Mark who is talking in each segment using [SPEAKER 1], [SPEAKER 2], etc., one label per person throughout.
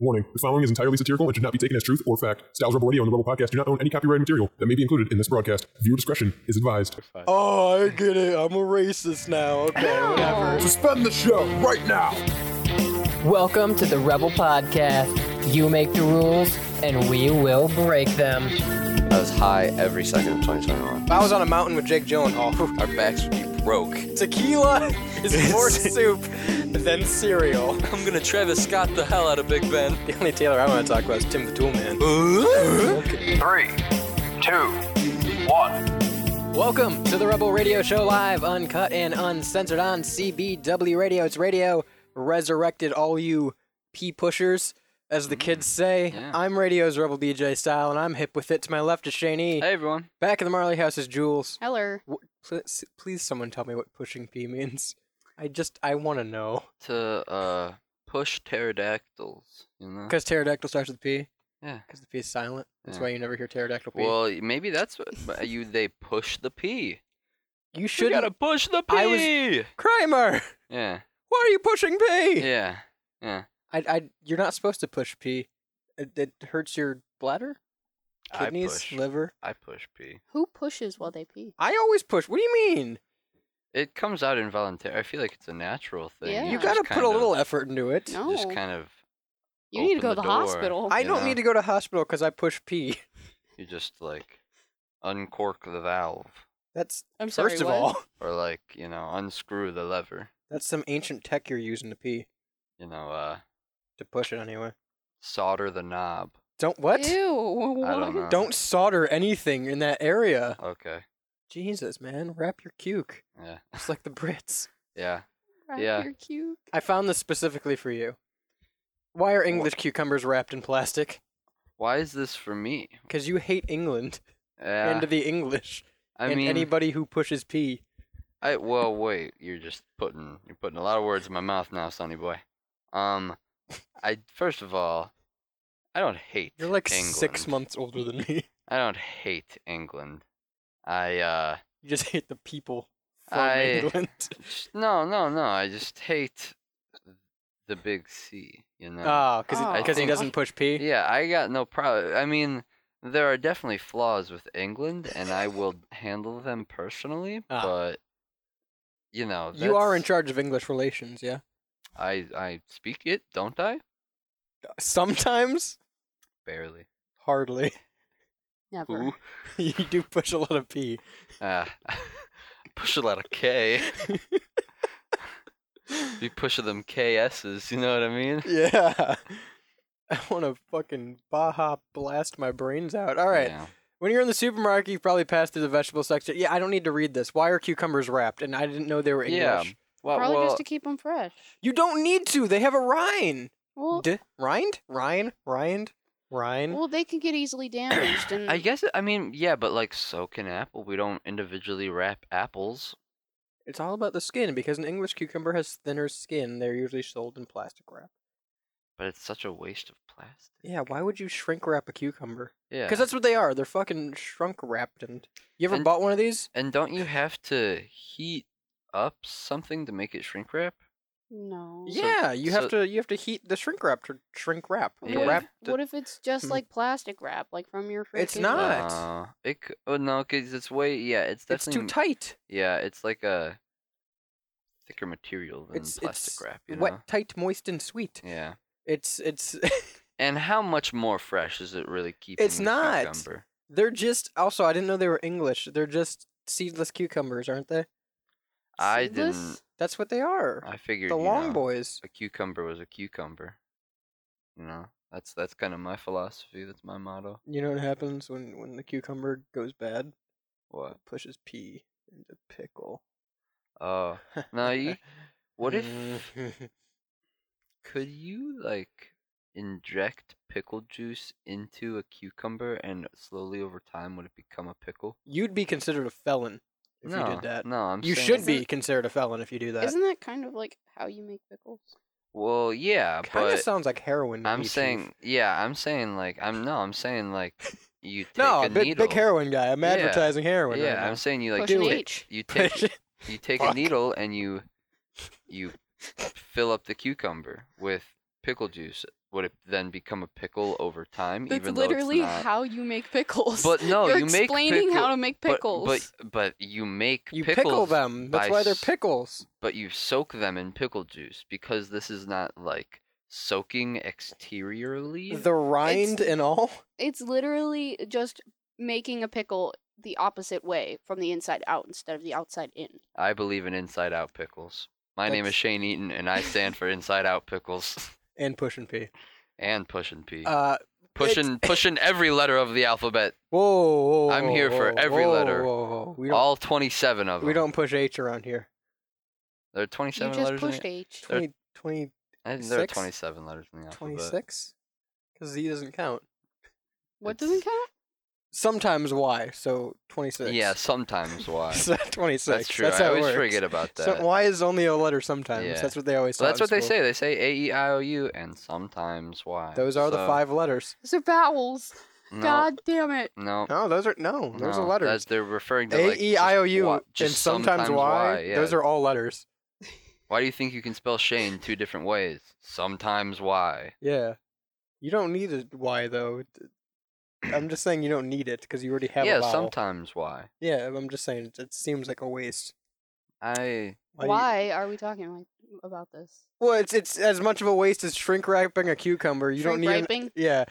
[SPEAKER 1] Warning, the following is entirely satirical and should not be taken as truth or fact. Styles Rebel Radio and the Rebel Podcast do not own any copyrighted material that may be included in this broadcast. Viewer discretion is advised.
[SPEAKER 2] Oh, I get it. I'm a racist now. Okay, whatever.
[SPEAKER 3] Suspend the show right now.
[SPEAKER 4] Welcome to the Rebel Podcast. You make the rules, and we will break them.
[SPEAKER 5] I was high every second of 2021.
[SPEAKER 2] If I was on a mountain with Jake Gyllenhaal,
[SPEAKER 5] Our backs would be broke.
[SPEAKER 2] tequila is more soup than cereal.
[SPEAKER 6] I'm gonna Travis Scott the hell out of Big Ben.
[SPEAKER 2] The only Taylor I want to talk about is Tim the Tool Man.
[SPEAKER 3] Three, two, one.
[SPEAKER 4] Welcome to the Rebel Radio Show live, uncut and uncensored on CBW Radio. It's radio resurrected, all you pee pushers, as the kids
[SPEAKER 6] Mm-hmm.
[SPEAKER 4] say. I'm radio's Rebel DJ style, and I'm hip with it. To my left is Shane E.
[SPEAKER 6] Hey everyone.
[SPEAKER 4] Back in the Marley house is Jules.
[SPEAKER 7] Heller.
[SPEAKER 4] Wh- Please, please, someone tell me what pushing pee means. I just, I want to know.
[SPEAKER 6] To uh push pterodactyls, you know?
[SPEAKER 4] Because pterodactyl starts with P.
[SPEAKER 6] Yeah.
[SPEAKER 4] Because the P is silent. That's
[SPEAKER 6] Yeah.
[SPEAKER 4] why you never hear pterodactyl P.
[SPEAKER 6] Well, y- maybe that's what but you they push the P.
[SPEAKER 4] you
[SPEAKER 6] You
[SPEAKER 4] should
[SPEAKER 6] gotta push the P.
[SPEAKER 4] I was- Kramer,
[SPEAKER 6] Yeah.
[SPEAKER 4] why are you pushing P?
[SPEAKER 6] Yeah. Yeah.
[SPEAKER 4] I, I, you're not supposed to push P. It, it hurts your bladder,
[SPEAKER 6] I
[SPEAKER 4] kidneys,
[SPEAKER 6] push.
[SPEAKER 4] liver.
[SPEAKER 6] I push P.
[SPEAKER 7] Who pushes while they pee?
[SPEAKER 4] I always push. What do you mean?
[SPEAKER 6] It comes out involuntary. I feel like it's a natural thing.
[SPEAKER 7] Yeah.
[SPEAKER 4] You
[SPEAKER 7] Just
[SPEAKER 4] gotta
[SPEAKER 6] just
[SPEAKER 4] put
[SPEAKER 6] kind
[SPEAKER 4] a
[SPEAKER 6] of-
[SPEAKER 4] little effort into it.
[SPEAKER 7] No.
[SPEAKER 6] Just kind of
[SPEAKER 7] you need to go to
[SPEAKER 6] open the
[SPEAKER 7] the
[SPEAKER 6] door.
[SPEAKER 7] hospital.
[SPEAKER 4] I
[SPEAKER 6] You
[SPEAKER 4] don't
[SPEAKER 6] know?
[SPEAKER 4] need to go to hospital because I push P.
[SPEAKER 6] you just like uncork the valve
[SPEAKER 4] That's
[SPEAKER 7] I'm sorry,
[SPEAKER 4] first of
[SPEAKER 7] what?
[SPEAKER 4] all,
[SPEAKER 6] or like, you know, unscrew the lever,
[SPEAKER 4] that's some ancient tech you're using to pee
[SPEAKER 6] you know, uh
[SPEAKER 4] to push it anyway.
[SPEAKER 6] solder the knob.
[SPEAKER 4] Don't what?
[SPEAKER 7] Ew.
[SPEAKER 6] I don't
[SPEAKER 7] what?
[SPEAKER 6] know.
[SPEAKER 4] Don't solder anything in that area.
[SPEAKER 6] Okay.
[SPEAKER 4] Jesus, man, wrap your cuke.
[SPEAKER 6] Yeah.
[SPEAKER 4] It's like the Brits.
[SPEAKER 6] Yeah.
[SPEAKER 7] Wrap
[SPEAKER 6] Yeah.
[SPEAKER 7] your cute.
[SPEAKER 4] I found this specifically for you. Why are English cucumbers wrapped in plastic?
[SPEAKER 6] Why is this for me?
[SPEAKER 4] Because you hate England
[SPEAKER 6] Yeah.
[SPEAKER 4] and the English
[SPEAKER 6] I
[SPEAKER 4] and
[SPEAKER 6] mean,
[SPEAKER 4] anybody who pushes pee.
[SPEAKER 6] I well, wait. You're just putting you're putting a lot of words in my mouth now, Sonny boy. Um, I first of all, I don't hate.
[SPEAKER 4] You're like
[SPEAKER 6] England.
[SPEAKER 4] six months older than me.
[SPEAKER 6] I don't hate England. I uh,
[SPEAKER 4] You just hate the people from
[SPEAKER 6] I-
[SPEAKER 4] England.
[SPEAKER 6] just- no, no, no. I just hate the big C. You know.
[SPEAKER 4] Ah,
[SPEAKER 7] Oh.
[SPEAKER 4] because
[SPEAKER 6] I
[SPEAKER 4] he
[SPEAKER 6] think-
[SPEAKER 4] doesn't push pee.
[SPEAKER 6] Yeah, I got no problem. I mean, there are definitely flaws with England, and I will handle them personally.
[SPEAKER 4] Ah.
[SPEAKER 6] But you know,
[SPEAKER 4] you are in
[SPEAKER 6] that's-
[SPEAKER 4] charge of English relations, yeah.
[SPEAKER 6] I I speak it, don't I?
[SPEAKER 4] Sometimes,
[SPEAKER 6] Barely.
[SPEAKER 4] hardly.
[SPEAKER 7] Never.
[SPEAKER 6] Ooh.
[SPEAKER 4] you do push a lot of pee.
[SPEAKER 6] Ah, push a lot of K. Be pushing them KSs, you know what I mean?
[SPEAKER 4] Yeah. I want to fucking Baja blast my brains out. All right.
[SPEAKER 6] Yeah.
[SPEAKER 4] When you're in the supermarket, you probably pass through the vegetable section. Yeah, I don't need to read this. Why are cucumbers wrapped? And I didn't know they were English.
[SPEAKER 6] Yeah. Well,
[SPEAKER 7] Probably
[SPEAKER 6] well,
[SPEAKER 7] just to keep them fresh.
[SPEAKER 4] You don't need to. They have a rind.
[SPEAKER 7] Well,
[SPEAKER 4] D- rind? Rind? Rind? Rind?
[SPEAKER 7] well, they can get easily damaged, and
[SPEAKER 6] I guess, I mean, yeah, but like, so can apple. We don't individually wrap apples.
[SPEAKER 4] It's all about the skin because an English cucumber has thinner skin. They're usually sold in plastic wrap.
[SPEAKER 6] But it's such a waste of plastic.
[SPEAKER 4] Yeah, why would you shrink wrap a cucumber?
[SPEAKER 6] Yeah.
[SPEAKER 4] Because that's what they are. They're fucking shrunk wrapped. And you ever
[SPEAKER 6] And-
[SPEAKER 4] bought one of these?
[SPEAKER 6] And don't you have to heat up something to make it shrink wrap?
[SPEAKER 7] no.
[SPEAKER 6] So-
[SPEAKER 4] yeah, you have
[SPEAKER 6] so-
[SPEAKER 4] to. You have to heat the shrink wrap to shrink wrap
[SPEAKER 7] What,
[SPEAKER 4] to
[SPEAKER 6] Yeah.
[SPEAKER 7] if,
[SPEAKER 4] wrap. the-
[SPEAKER 7] what if it's just
[SPEAKER 4] Hmm.
[SPEAKER 7] like plastic wrap, like from your fridge?
[SPEAKER 4] It's not.
[SPEAKER 6] Uh, it, c- oh, no, because it's way, yeah, it's
[SPEAKER 4] it's
[SPEAKER 6] definitely.
[SPEAKER 4] too tight.
[SPEAKER 6] Yeah, it's like a thicker material than
[SPEAKER 4] It's
[SPEAKER 6] plastic
[SPEAKER 4] it's
[SPEAKER 6] wrap, you know?
[SPEAKER 4] wet, tight, moist, and sweet.
[SPEAKER 6] Yeah.
[SPEAKER 4] It's it's
[SPEAKER 6] And how much more fresh is it really keeping?
[SPEAKER 4] It's
[SPEAKER 6] the
[SPEAKER 4] not.
[SPEAKER 6] Cucumber?
[SPEAKER 4] they're just. Also, I didn't know they were English. They're just seedless cucumbers, aren't they?
[SPEAKER 6] I
[SPEAKER 7] Seedless?
[SPEAKER 6] didn't.
[SPEAKER 4] That's what they are.
[SPEAKER 6] I figured
[SPEAKER 4] the
[SPEAKER 6] you
[SPEAKER 4] long
[SPEAKER 6] know,
[SPEAKER 4] boys.
[SPEAKER 6] A cucumber was a cucumber. You know, that's that's kind of my philosophy. That's my motto.
[SPEAKER 4] You know what happens when when the cucumber goes bad?
[SPEAKER 6] What?
[SPEAKER 4] It pushes pee into pickle.
[SPEAKER 6] Oh, no, you. What if? Could you like inject pickle juice into a cucumber, and slowly over time would it become a pickle?
[SPEAKER 4] you'd be considered a felon if
[SPEAKER 6] no,
[SPEAKER 4] you did that?
[SPEAKER 6] no, I'm.
[SPEAKER 4] you
[SPEAKER 6] saying
[SPEAKER 4] should
[SPEAKER 6] it's-
[SPEAKER 4] be considered a felon if you do that.
[SPEAKER 7] Isn't that kind of like how you make pickles?
[SPEAKER 6] Well, yeah,
[SPEAKER 4] Kind of
[SPEAKER 6] but
[SPEAKER 4] sounds like heroin. to
[SPEAKER 6] I'm
[SPEAKER 4] me, Chief.
[SPEAKER 6] saying, yeah, I'm saying like I'm no, I'm saying like you take
[SPEAKER 4] no,
[SPEAKER 6] a
[SPEAKER 4] big,
[SPEAKER 6] needle.
[SPEAKER 4] big heroin guy. I'm
[SPEAKER 6] Yeah.
[SPEAKER 4] advertising heroin.
[SPEAKER 6] Yeah, I'm
[SPEAKER 4] right
[SPEAKER 6] saying you like
[SPEAKER 7] Push an
[SPEAKER 6] take-
[SPEAKER 7] H.
[SPEAKER 6] you
[SPEAKER 4] now.
[SPEAKER 6] take you take a
[SPEAKER 4] Fuck.
[SPEAKER 6] needle and you you fill up the cucumber with pickle juice, would it then become a pickle over time?
[SPEAKER 7] That's
[SPEAKER 6] even though it's
[SPEAKER 7] literally
[SPEAKER 6] not-
[SPEAKER 7] how you make pickles.
[SPEAKER 6] But no,
[SPEAKER 7] You're
[SPEAKER 6] you make
[SPEAKER 7] explaining how
[SPEAKER 6] pickle-
[SPEAKER 7] to make
[SPEAKER 6] but-
[SPEAKER 7] pickles.
[SPEAKER 6] But, but you make
[SPEAKER 4] You
[SPEAKER 6] pickles,
[SPEAKER 4] pickle them. That's
[SPEAKER 6] by
[SPEAKER 4] why they're
[SPEAKER 6] s-
[SPEAKER 4] pickles.
[SPEAKER 6] but you soak them in pickle juice because this is not like soaking exteriorly.
[SPEAKER 4] The rind and all.
[SPEAKER 7] it's literally just making a pickle the opposite way from the inside out instead of the outside in.
[SPEAKER 6] I believe in inside out pickles. My name is
[SPEAKER 4] That's-
[SPEAKER 6] Shane Eaton and I stand for inside out pickles
[SPEAKER 4] And push and pee.
[SPEAKER 6] and pushing P.
[SPEAKER 4] Uh,
[SPEAKER 6] pushing pushing every letter of the alphabet.
[SPEAKER 4] whoa, whoa.
[SPEAKER 6] I'm here for
[SPEAKER 4] whoa,
[SPEAKER 6] every
[SPEAKER 4] whoa,
[SPEAKER 6] letter.
[SPEAKER 4] Whoa, whoa. We don't.
[SPEAKER 6] All 27 of them.
[SPEAKER 4] we don't push H around here.
[SPEAKER 6] There are
[SPEAKER 7] You
[SPEAKER 6] 27
[SPEAKER 7] just
[SPEAKER 6] letters in
[SPEAKER 7] pushed
[SPEAKER 6] the,
[SPEAKER 7] H.
[SPEAKER 6] There-
[SPEAKER 4] 20, 20,
[SPEAKER 6] I think there are
[SPEAKER 4] six?
[SPEAKER 6] 27 letters in the alphabet.
[SPEAKER 4] 26? Because Z doesn't count.
[SPEAKER 7] What
[SPEAKER 6] it's-
[SPEAKER 7] doesn't count?
[SPEAKER 4] Sometimes Y, so 26.
[SPEAKER 6] Yeah, sometimes why.
[SPEAKER 4] So 26.
[SPEAKER 6] That's true.
[SPEAKER 4] That's
[SPEAKER 6] I
[SPEAKER 4] how it
[SPEAKER 6] always
[SPEAKER 4] works.
[SPEAKER 6] forget about that.
[SPEAKER 4] So Y is only a letter sometimes.
[SPEAKER 6] Yeah.
[SPEAKER 4] That's what they always
[SPEAKER 6] So
[SPEAKER 4] taught
[SPEAKER 6] that's
[SPEAKER 4] in
[SPEAKER 6] what they
[SPEAKER 4] school.
[SPEAKER 6] say. They say A E I O U and sometimes Y.
[SPEAKER 4] Those are the
[SPEAKER 6] So,
[SPEAKER 4] five letters.
[SPEAKER 7] Those are vowels.
[SPEAKER 6] No,
[SPEAKER 7] God damn it.
[SPEAKER 6] no,
[SPEAKER 4] No, those are no. Those
[SPEAKER 6] no,
[SPEAKER 4] are letters.
[SPEAKER 6] that's- they're referring to
[SPEAKER 4] A
[SPEAKER 6] like
[SPEAKER 4] E I O
[SPEAKER 6] just
[SPEAKER 4] U
[SPEAKER 6] wa-
[SPEAKER 4] and
[SPEAKER 6] just
[SPEAKER 4] sometimes, Y.
[SPEAKER 6] yeah.
[SPEAKER 4] Those are all letters.
[SPEAKER 6] Why do you think you can spell Shane two different ways? Sometimes Y.
[SPEAKER 4] Yeah. You don't need a Y though. I'm just saying you don't need it because you already have
[SPEAKER 6] yeah,
[SPEAKER 4] a vowel.
[SPEAKER 6] sometimes Y.
[SPEAKER 4] Yeah, I'm just saying it, it seems like a waste. Why
[SPEAKER 6] I
[SPEAKER 4] do you-
[SPEAKER 7] Why are we talking like about this?
[SPEAKER 4] Well, it's it's as much of a waste as shrink wrapping a cucumber. You don't need an-
[SPEAKER 7] Shrink-wrapping?
[SPEAKER 4] yeah,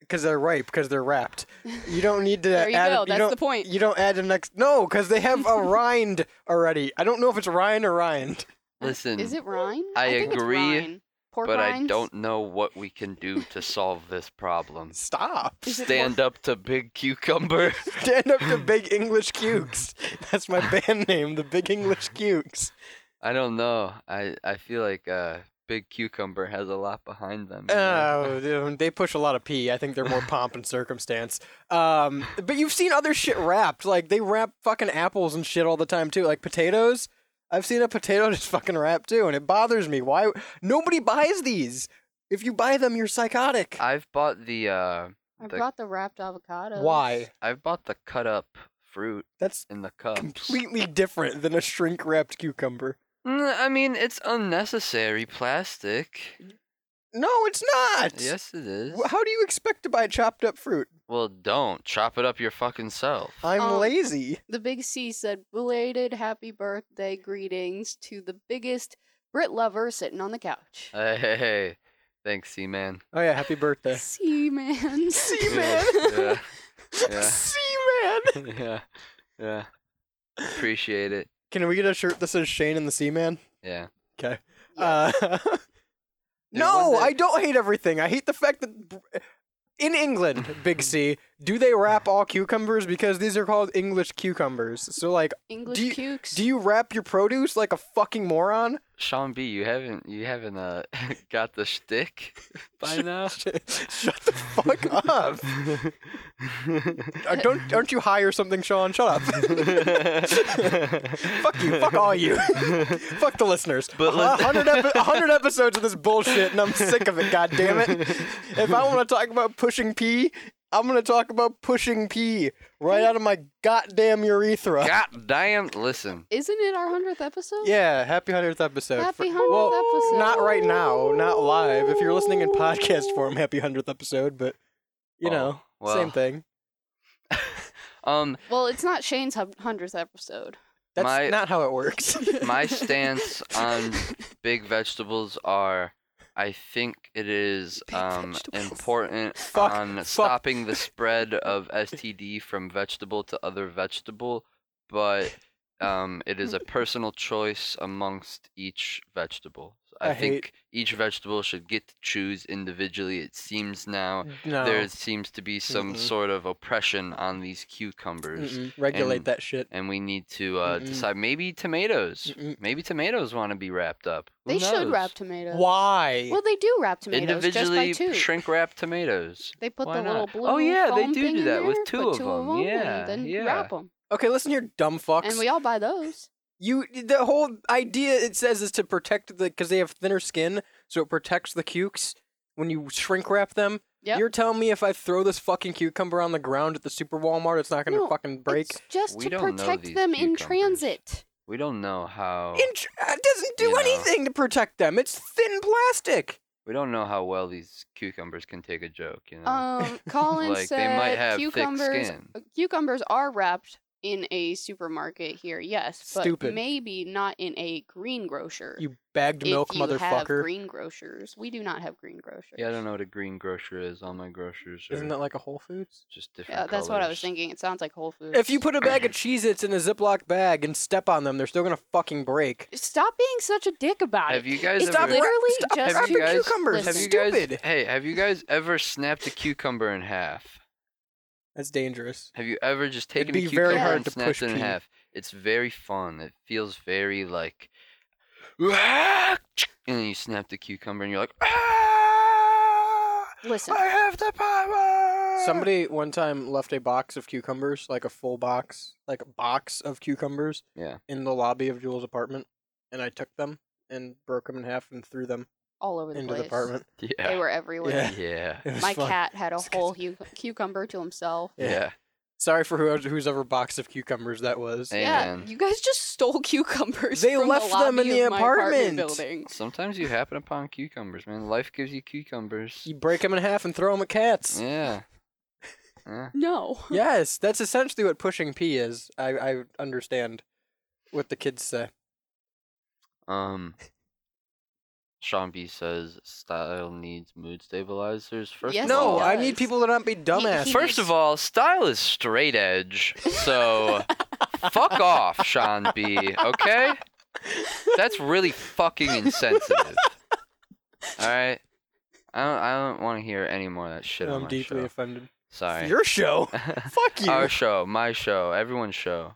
[SPEAKER 4] because they're ripe because they're wrapped. You don't need to
[SPEAKER 7] There you
[SPEAKER 4] add.
[SPEAKER 7] go,
[SPEAKER 4] You
[SPEAKER 7] that's
[SPEAKER 4] don't,
[SPEAKER 7] the point.
[SPEAKER 4] You don't add the next. No, because they have a rind already. I don't know if it's rind or rind.
[SPEAKER 6] listen,
[SPEAKER 7] Is it Rhine?
[SPEAKER 6] I
[SPEAKER 7] think it's
[SPEAKER 6] agree,
[SPEAKER 7] Rhine. Pork
[SPEAKER 6] but I
[SPEAKER 7] rinds?
[SPEAKER 6] don't know what we can do to solve this problem.
[SPEAKER 4] Stop.
[SPEAKER 7] Is it
[SPEAKER 6] Stand up to Big Cucumber.
[SPEAKER 4] Stand up to Big English Cukes. That's my band name, the Big English Cukes.
[SPEAKER 6] I don't know. I I feel like uh, Big Cucumber has a lot behind them. you know?
[SPEAKER 4] Oh, dude, they push a lot of pee. I think they're more pomp and circumstance. Um, but you've seen other shit wrapped. Like they wrap fucking apples and shit all the time too. Like potatoes. I've seen a potato just fucking wrapped too, and it bothers me. Why nobody buys these? If you buy them, you're psychotic.
[SPEAKER 6] I've bought the uh,
[SPEAKER 7] I
[SPEAKER 6] the-
[SPEAKER 7] brought the wrapped avocado.
[SPEAKER 4] Why?
[SPEAKER 6] I've bought the cut up fruit
[SPEAKER 4] That's
[SPEAKER 6] in the cups.
[SPEAKER 4] completely different than a shrink wrapped cucumber.
[SPEAKER 6] Mm, I mean, it's unnecessary plastic.
[SPEAKER 4] No, it's not.
[SPEAKER 6] Yes, it is.
[SPEAKER 4] Wh- How do you expect to buy chopped up fruit?
[SPEAKER 6] Well, don't chop it up your fucking self.
[SPEAKER 4] I'm
[SPEAKER 7] Um,
[SPEAKER 4] lazy.
[SPEAKER 7] The big C said, "Belated happy birthday greetings to the biggest Brit lover sitting on the couch."
[SPEAKER 6] Hey, hey, hey. thanks, C man.
[SPEAKER 4] Oh yeah, happy birthday.
[SPEAKER 7] Sea man. Sea
[SPEAKER 6] Yeah, yeah, yeah.
[SPEAKER 4] Seaman.
[SPEAKER 6] yeah, yeah. Appreciate it.
[SPEAKER 4] Can we get a shirt that says Shane and the Seaman?
[SPEAKER 6] Yeah.
[SPEAKER 4] Okay. Uh, no,
[SPEAKER 6] wasn't it-
[SPEAKER 4] I don't hate everything. I hate the fact that in England, Big C, do they wrap all cucumbers because these are called English cucumbers? So like,
[SPEAKER 7] English
[SPEAKER 4] do you,
[SPEAKER 7] cukes.
[SPEAKER 4] do you wrap your produce like a fucking moron?
[SPEAKER 6] Sean B, you haven't you haven't uh got the shtick by now.
[SPEAKER 4] Shut the fuck up! Uh, don't aren't you high or something, Sean? Shut up! fuck you! Fuck all you! fuck the listeners!
[SPEAKER 6] But
[SPEAKER 4] A
[SPEAKER 6] let-
[SPEAKER 4] hundred epi- a hundred episodes of this bullshit, and I'm sick of it. God damn it! If I want to talk about pushing pee, I'm gonna talk about pushing pee right out of my goddamn urethra.
[SPEAKER 6] God damn! Listen,
[SPEAKER 7] Isn't it our hundredth episode?
[SPEAKER 4] Yeah, happy hundredth episode.
[SPEAKER 7] Happy
[SPEAKER 4] For-
[SPEAKER 7] 100th
[SPEAKER 4] well,
[SPEAKER 7] episode.
[SPEAKER 4] Not right now, not live. If you're listening in podcast form, happy hundredth episode. But you
[SPEAKER 6] Oh,
[SPEAKER 4] know,
[SPEAKER 6] well.
[SPEAKER 4] same thing.
[SPEAKER 6] um,
[SPEAKER 7] Well, it's not Shane's hundredth episode.
[SPEAKER 4] That's
[SPEAKER 6] My-
[SPEAKER 4] not how it works.
[SPEAKER 6] my stance on big vegetables are I think it is um, important
[SPEAKER 4] Fuck,
[SPEAKER 6] on
[SPEAKER 4] fuck.
[SPEAKER 6] stopping the spread of STD from vegetable to other vegetable, but um, it is a personal choice amongst each vegetable. I,
[SPEAKER 4] I hate-
[SPEAKER 6] think each vegetable should get to choose individually. It seems now
[SPEAKER 4] no.
[SPEAKER 6] there seems to be some
[SPEAKER 4] Mm-mm.
[SPEAKER 6] sort of oppression on these cucumbers.
[SPEAKER 4] Mm-mm. regulate
[SPEAKER 6] and-
[SPEAKER 4] that shit.
[SPEAKER 6] And we need to uh,
[SPEAKER 4] Mm-mm.
[SPEAKER 6] decide. Maybe tomatoes.
[SPEAKER 4] Mm-mm.
[SPEAKER 6] Maybe tomatoes want to be wrapped up. Who
[SPEAKER 7] They should
[SPEAKER 6] knows?
[SPEAKER 7] wrap tomatoes.
[SPEAKER 4] Why?
[SPEAKER 7] Well, they do wrap tomatoes just by
[SPEAKER 6] Individually
[SPEAKER 7] two.
[SPEAKER 6] shrink wrap tomatoes.
[SPEAKER 7] They put
[SPEAKER 6] Why
[SPEAKER 7] the little
[SPEAKER 6] not?
[SPEAKER 7] blue.
[SPEAKER 6] Oh, yeah, they
[SPEAKER 7] foam
[SPEAKER 6] do
[SPEAKER 7] thing
[SPEAKER 6] do
[SPEAKER 7] in
[SPEAKER 6] that with
[SPEAKER 7] there,
[SPEAKER 6] two
[SPEAKER 7] put
[SPEAKER 6] of
[SPEAKER 7] two
[SPEAKER 6] them.
[SPEAKER 7] of them,
[SPEAKER 6] Yeah,
[SPEAKER 7] and then
[SPEAKER 6] yeah.
[SPEAKER 7] wrap them,
[SPEAKER 4] okay, listen here, dumb fucks.
[SPEAKER 7] and we all buy those.
[SPEAKER 4] You the whole idea it says is to protect the because they have thinner skin, so it protects the cukes when you shrink wrap them.
[SPEAKER 7] Yep.
[SPEAKER 4] You're telling me if I throw this fucking cucumber on the ground at the super Walmart, it's not gonna
[SPEAKER 7] No,
[SPEAKER 4] fucking break?
[SPEAKER 7] It's just
[SPEAKER 6] We
[SPEAKER 7] to
[SPEAKER 6] don't know
[SPEAKER 7] protect
[SPEAKER 6] these
[SPEAKER 7] them in
[SPEAKER 6] cucumbers.
[SPEAKER 7] transit.
[SPEAKER 6] We don't know how.
[SPEAKER 4] Int- it uh, doesn't do
[SPEAKER 6] Oh. You know.
[SPEAKER 4] anything to protect them. It's thin plastic.
[SPEAKER 6] We don't know how well these cucumbers can take a joke, you know.
[SPEAKER 7] Um, Colin
[SPEAKER 6] like
[SPEAKER 7] said
[SPEAKER 6] they might have thick
[SPEAKER 7] cucumbers
[SPEAKER 6] skin.
[SPEAKER 7] cucumbers are wrapped in a supermarket here, yes, but
[SPEAKER 4] Stupid.
[SPEAKER 7] maybe not in a greengrocer.
[SPEAKER 4] You bagged
[SPEAKER 7] if
[SPEAKER 4] milk,
[SPEAKER 7] you have
[SPEAKER 4] motherfucker.
[SPEAKER 7] greengrocers, we do not have greengrocers.
[SPEAKER 6] Yeah, I don't know what a green grocer is. All my grocers are
[SPEAKER 4] Isn't that like a Whole Foods?
[SPEAKER 6] just different.
[SPEAKER 7] Yeah, that's what I
[SPEAKER 6] colors.
[SPEAKER 7] was thinking. It sounds like Whole Foods.
[SPEAKER 4] If you put a bag of Cheez Its in a Ziploc bag and step on them, they're still gonna fucking break.
[SPEAKER 7] stop being such a dick about
[SPEAKER 6] Have
[SPEAKER 7] it.
[SPEAKER 6] you guys
[SPEAKER 7] It's
[SPEAKER 4] Stop
[SPEAKER 6] ever
[SPEAKER 7] literally
[SPEAKER 4] stop
[SPEAKER 7] just
[SPEAKER 6] have
[SPEAKER 4] wrapping
[SPEAKER 6] you guys,
[SPEAKER 4] cucumbers.
[SPEAKER 6] Have
[SPEAKER 7] Listen.
[SPEAKER 6] you guys,
[SPEAKER 4] Stupid.
[SPEAKER 6] hey, have you guys ever snapped a cucumber in half?
[SPEAKER 4] That's dangerous.
[SPEAKER 6] Have you ever just
[SPEAKER 4] It'd
[SPEAKER 6] taken a
[SPEAKER 4] be
[SPEAKER 6] cucumber
[SPEAKER 4] very
[SPEAKER 7] hard
[SPEAKER 6] and
[SPEAKER 4] to
[SPEAKER 6] snapped
[SPEAKER 4] push
[SPEAKER 6] it in
[SPEAKER 4] pee.
[SPEAKER 6] half? It's very fun. It feels very like, and then you snap the cucumber and you're like, "Ah,
[SPEAKER 7] Listen,
[SPEAKER 6] I have the power.
[SPEAKER 4] Somebody one time left a box of cucumbers, like a full box, like a box of cucumbers,
[SPEAKER 6] Yeah.
[SPEAKER 4] in the lobby of Jewel's apartment, and I took them and broke them in half and threw them
[SPEAKER 7] all over the
[SPEAKER 4] into
[SPEAKER 7] place.
[SPEAKER 4] the apartment.
[SPEAKER 7] They
[SPEAKER 6] Yeah.
[SPEAKER 7] were everywhere.
[SPEAKER 4] Yeah.
[SPEAKER 6] Yeah.
[SPEAKER 4] It was
[SPEAKER 7] My
[SPEAKER 4] fun.
[SPEAKER 7] cat had a
[SPEAKER 4] It's good.
[SPEAKER 7] whole hu- cucumber to himself.
[SPEAKER 4] Yeah.
[SPEAKER 6] Yeah.
[SPEAKER 4] Sorry for whoever, whose ever box of cucumbers that was.
[SPEAKER 6] Hey,
[SPEAKER 7] yeah,
[SPEAKER 6] man.
[SPEAKER 7] you guys just stole cucumbers.
[SPEAKER 4] They
[SPEAKER 7] from
[SPEAKER 4] left
[SPEAKER 7] the
[SPEAKER 4] them in
[SPEAKER 7] lobby
[SPEAKER 4] the
[SPEAKER 7] of my apartment.
[SPEAKER 4] apartment.
[SPEAKER 7] building.
[SPEAKER 6] Sometimes you happen upon cucumbers, man. Life gives you cucumbers.
[SPEAKER 4] You break them in half and throw them at cats.
[SPEAKER 6] Yeah. Yeah.
[SPEAKER 7] No.
[SPEAKER 4] Yes, that's essentially what pushing pee is. I, I understand what the kids say.
[SPEAKER 6] Um, Sean B says style needs mood stabilizers. First
[SPEAKER 7] Yes,
[SPEAKER 6] of
[SPEAKER 7] it
[SPEAKER 4] no,
[SPEAKER 6] all,
[SPEAKER 4] I
[SPEAKER 7] does.
[SPEAKER 4] need people to not be dumbass.
[SPEAKER 7] he-
[SPEAKER 6] first of all, style is straight edge. So fuck off, Sean B. Okay, that's really fucking insensitive. All right, I don't. I don't want to hear any more of that shit on
[SPEAKER 4] I'm
[SPEAKER 6] my
[SPEAKER 4] deeply
[SPEAKER 6] show.
[SPEAKER 4] offended.
[SPEAKER 6] Sorry.
[SPEAKER 4] Your show. Fuck you.
[SPEAKER 6] Our show, my show, everyone's show.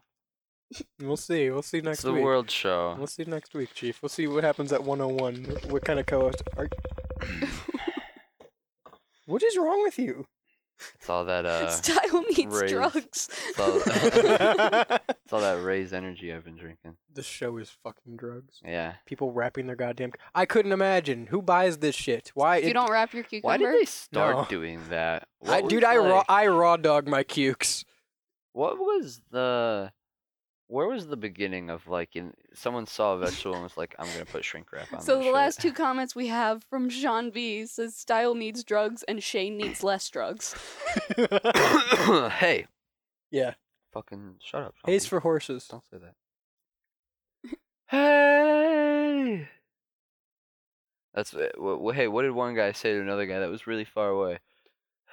[SPEAKER 4] we'll see. We'll see next
[SPEAKER 6] it's the
[SPEAKER 4] week.
[SPEAKER 6] world show.
[SPEAKER 4] We'll see next week, Chief. We'll see what happens at 101. What kind of co-host are? what is wrong with you?
[SPEAKER 6] It's all that uh,
[SPEAKER 7] Style needs
[SPEAKER 6] raised.
[SPEAKER 7] drugs.
[SPEAKER 6] it's all, it's
[SPEAKER 4] this
[SPEAKER 6] all that raised energy I've been drinking.
[SPEAKER 4] show is fucking drugs.
[SPEAKER 6] Yeah.
[SPEAKER 4] People wrapping their goddamn. I couldn't imagine who buys this shit. Why?
[SPEAKER 7] you
[SPEAKER 4] it-
[SPEAKER 7] don't wrap your cucumber.
[SPEAKER 6] Why did they start
[SPEAKER 4] No.
[SPEAKER 6] doing that?
[SPEAKER 4] I,
[SPEAKER 6] What was,
[SPEAKER 4] dude, I raw,
[SPEAKER 6] like-
[SPEAKER 4] I raw dog my cukes.
[SPEAKER 6] What was the? Where was the beginning of like? In someone saw a vegetable and was like, "I'm gonna put shrink wrap on."
[SPEAKER 7] So
[SPEAKER 6] this
[SPEAKER 7] the last two
[SPEAKER 6] shit."
[SPEAKER 7] comments we have from Sean V says Style needs drugs and Shane needs less drugs.
[SPEAKER 6] hey,
[SPEAKER 4] Yeah,
[SPEAKER 6] fucking shut up. Sean
[SPEAKER 4] hay's
[SPEAKER 6] P.
[SPEAKER 4] for horses.
[SPEAKER 6] Don't say that. hey. That's wh- wh- hey. What did one guy say to another guy that was really far away?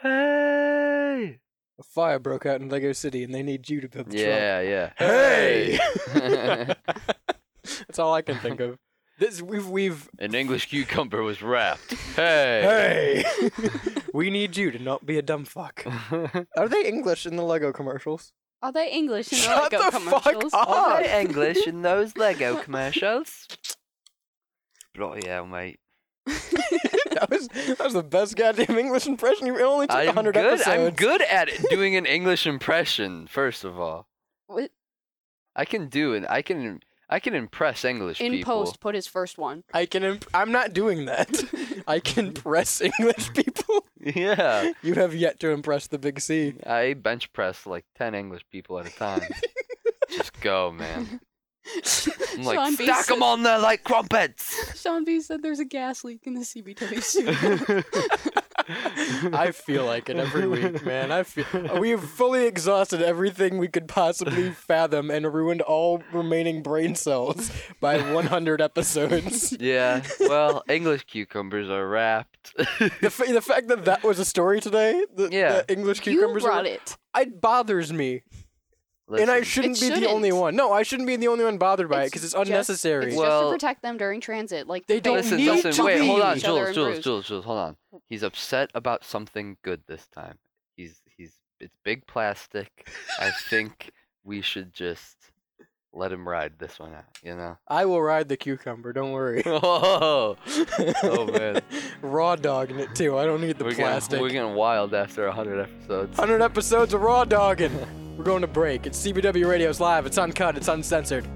[SPEAKER 6] Hey.
[SPEAKER 4] A fire broke out in Lego City, and they need you to build the truck.
[SPEAKER 6] Yeah, yeah.
[SPEAKER 4] Hey! That's all I can think of. This we've we've
[SPEAKER 6] An English cucumber was wrapped. Hey.
[SPEAKER 4] hey. we need you to not be a dumb fuck. Are they English in the Lego commercials?
[SPEAKER 7] Are they English in the
[SPEAKER 4] Shut
[SPEAKER 7] Lego
[SPEAKER 4] the fuck
[SPEAKER 7] commercials?
[SPEAKER 4] up!
[SPEAKER 6] Are they English in those Lego commercials? Bloody hell, mate.
[SPEAKER 4] that was that was the best goddamn English impression. You it only took
[SPEAKER 6] I'm
[SPEAKER 4] hundred
[SPEAKER 6] good.
[SPEAKER 4] episodes.
[SPEAKER 6] I'm good at it- doing an English impression. First of all,
[SPEAKER 7] What-
[SPEAKER 6] I can do it. I can. I can impress English
[SPEAKER 7] In
[SPEAKER 6] people.
[SPEAKER 7] post, put his first one.
[SPEAKER 4] I can. Imp- I'm not doing that. I can press English people.
[SPEAKER 6] Yeah,
[SPEAKER 4] You have yet to impress the big C.
[SPEAKER 6] I bench press like ten English people at a time. Just go, man. I'm like
[SPEAKER 7] Sean
[SPEAKER 6] stack
[SPEAKER 7] B
[SPEAKER 6] 'em stack
[SPEAKER 7] said-
[SPEAKER 6] them on there like crumpets.
[SPEAKER 7] Sean V said there's a gas leak in the CBW studio.
[SPEAKER 4] I feel like it every week, man. I feel we've fully exhausted everything we could possibly fathom and ruined all remaining brain cells by 100 episodes.
[SPEAKER 6] Yeah. Well, English cucumbers are wrapped.
[SPEAKER 4] The, f- the fact that that was a story today, the,
[SPEAKER 6] Yeah.
[SPEAKER 4] the English
[SPEAKER 7] you
[SPEAKER 4] cucumbers, are-
[SPEAKER 7] brought it.
[SPEAKER 4] it bothers me, and I
[SPEAKER 6] Listen,
[SPEAKER 4] shouldn't
[SPEAKER 7] It
[SPEAKER 4] be the only
[SPEAKER 7] shouldn't.
[SPEAKER 4] one. No, I shouldn't be the only one bothered by it because it's
[SPEAKER 7] just-
[SPEAKER 4] unnecessary.
[SPEAKER 7] It's
[SPEAKER 6] Well-
[SPEAKER 7] just to protect them during transit. Like
[SPEAKER 4] They don't
[SPEAKER 6] Listen,
[SPEAKER 4] need
[SPEAKER 6] Dustin,
[SPEAKER 4] to
[SPEAKER 6] wait, hold
[SPEAKER 4] be.
[SPEAKER 6] on,
[SPEAKER 7] Each other
[SPEAKER 6] Jules,
[SPEAKER 7] and
[SPEAKER 6] Jules,
[SPEAKER 7] Bruce.
[SPEAKER 6] Jules, Jules, hold on. He's upset about something good this time. He's he's it's big plastic. I think we should just let him ride this one out, you know?
[SPEAKER 4] I will ride the cucumber. Don't worry.
[SPEAKER 6] Oh, oh man.
[SPEAKER 4] raw dogging it too. I don't need the
[SPEAKER 6] we're
[SPEAKER 4] plastic.
[SPEAKER 6] Getting, we're getting wild after hundred episodes.
[SPEAKER 4] 100 episodes of Raw Dogging. We're going to break. It's CBW Radio's live. It's uncut. It's uncensored.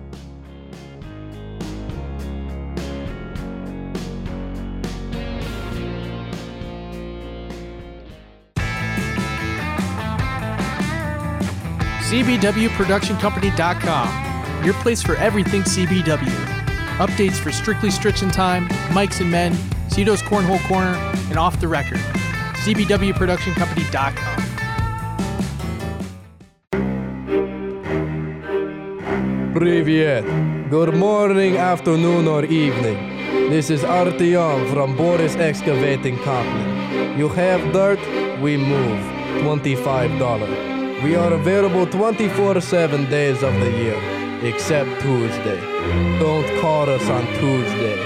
[SPEAKER 8] CBWProductionCompany.com, your place for everything CBW. Updates for Strictly Stritch in Time, Mikes and Men, Tito's Cornhole Corner, and Off the Record. CBWProductionCompany.com.
[SPEAKER 9] Привет. Good morning, afternoon, or evening. This is Artyom from Boris Excavating Company. You have dirt? We move. $25. We are available 24 7 days of the year, except Tuesday. Don't call us on Tuesday.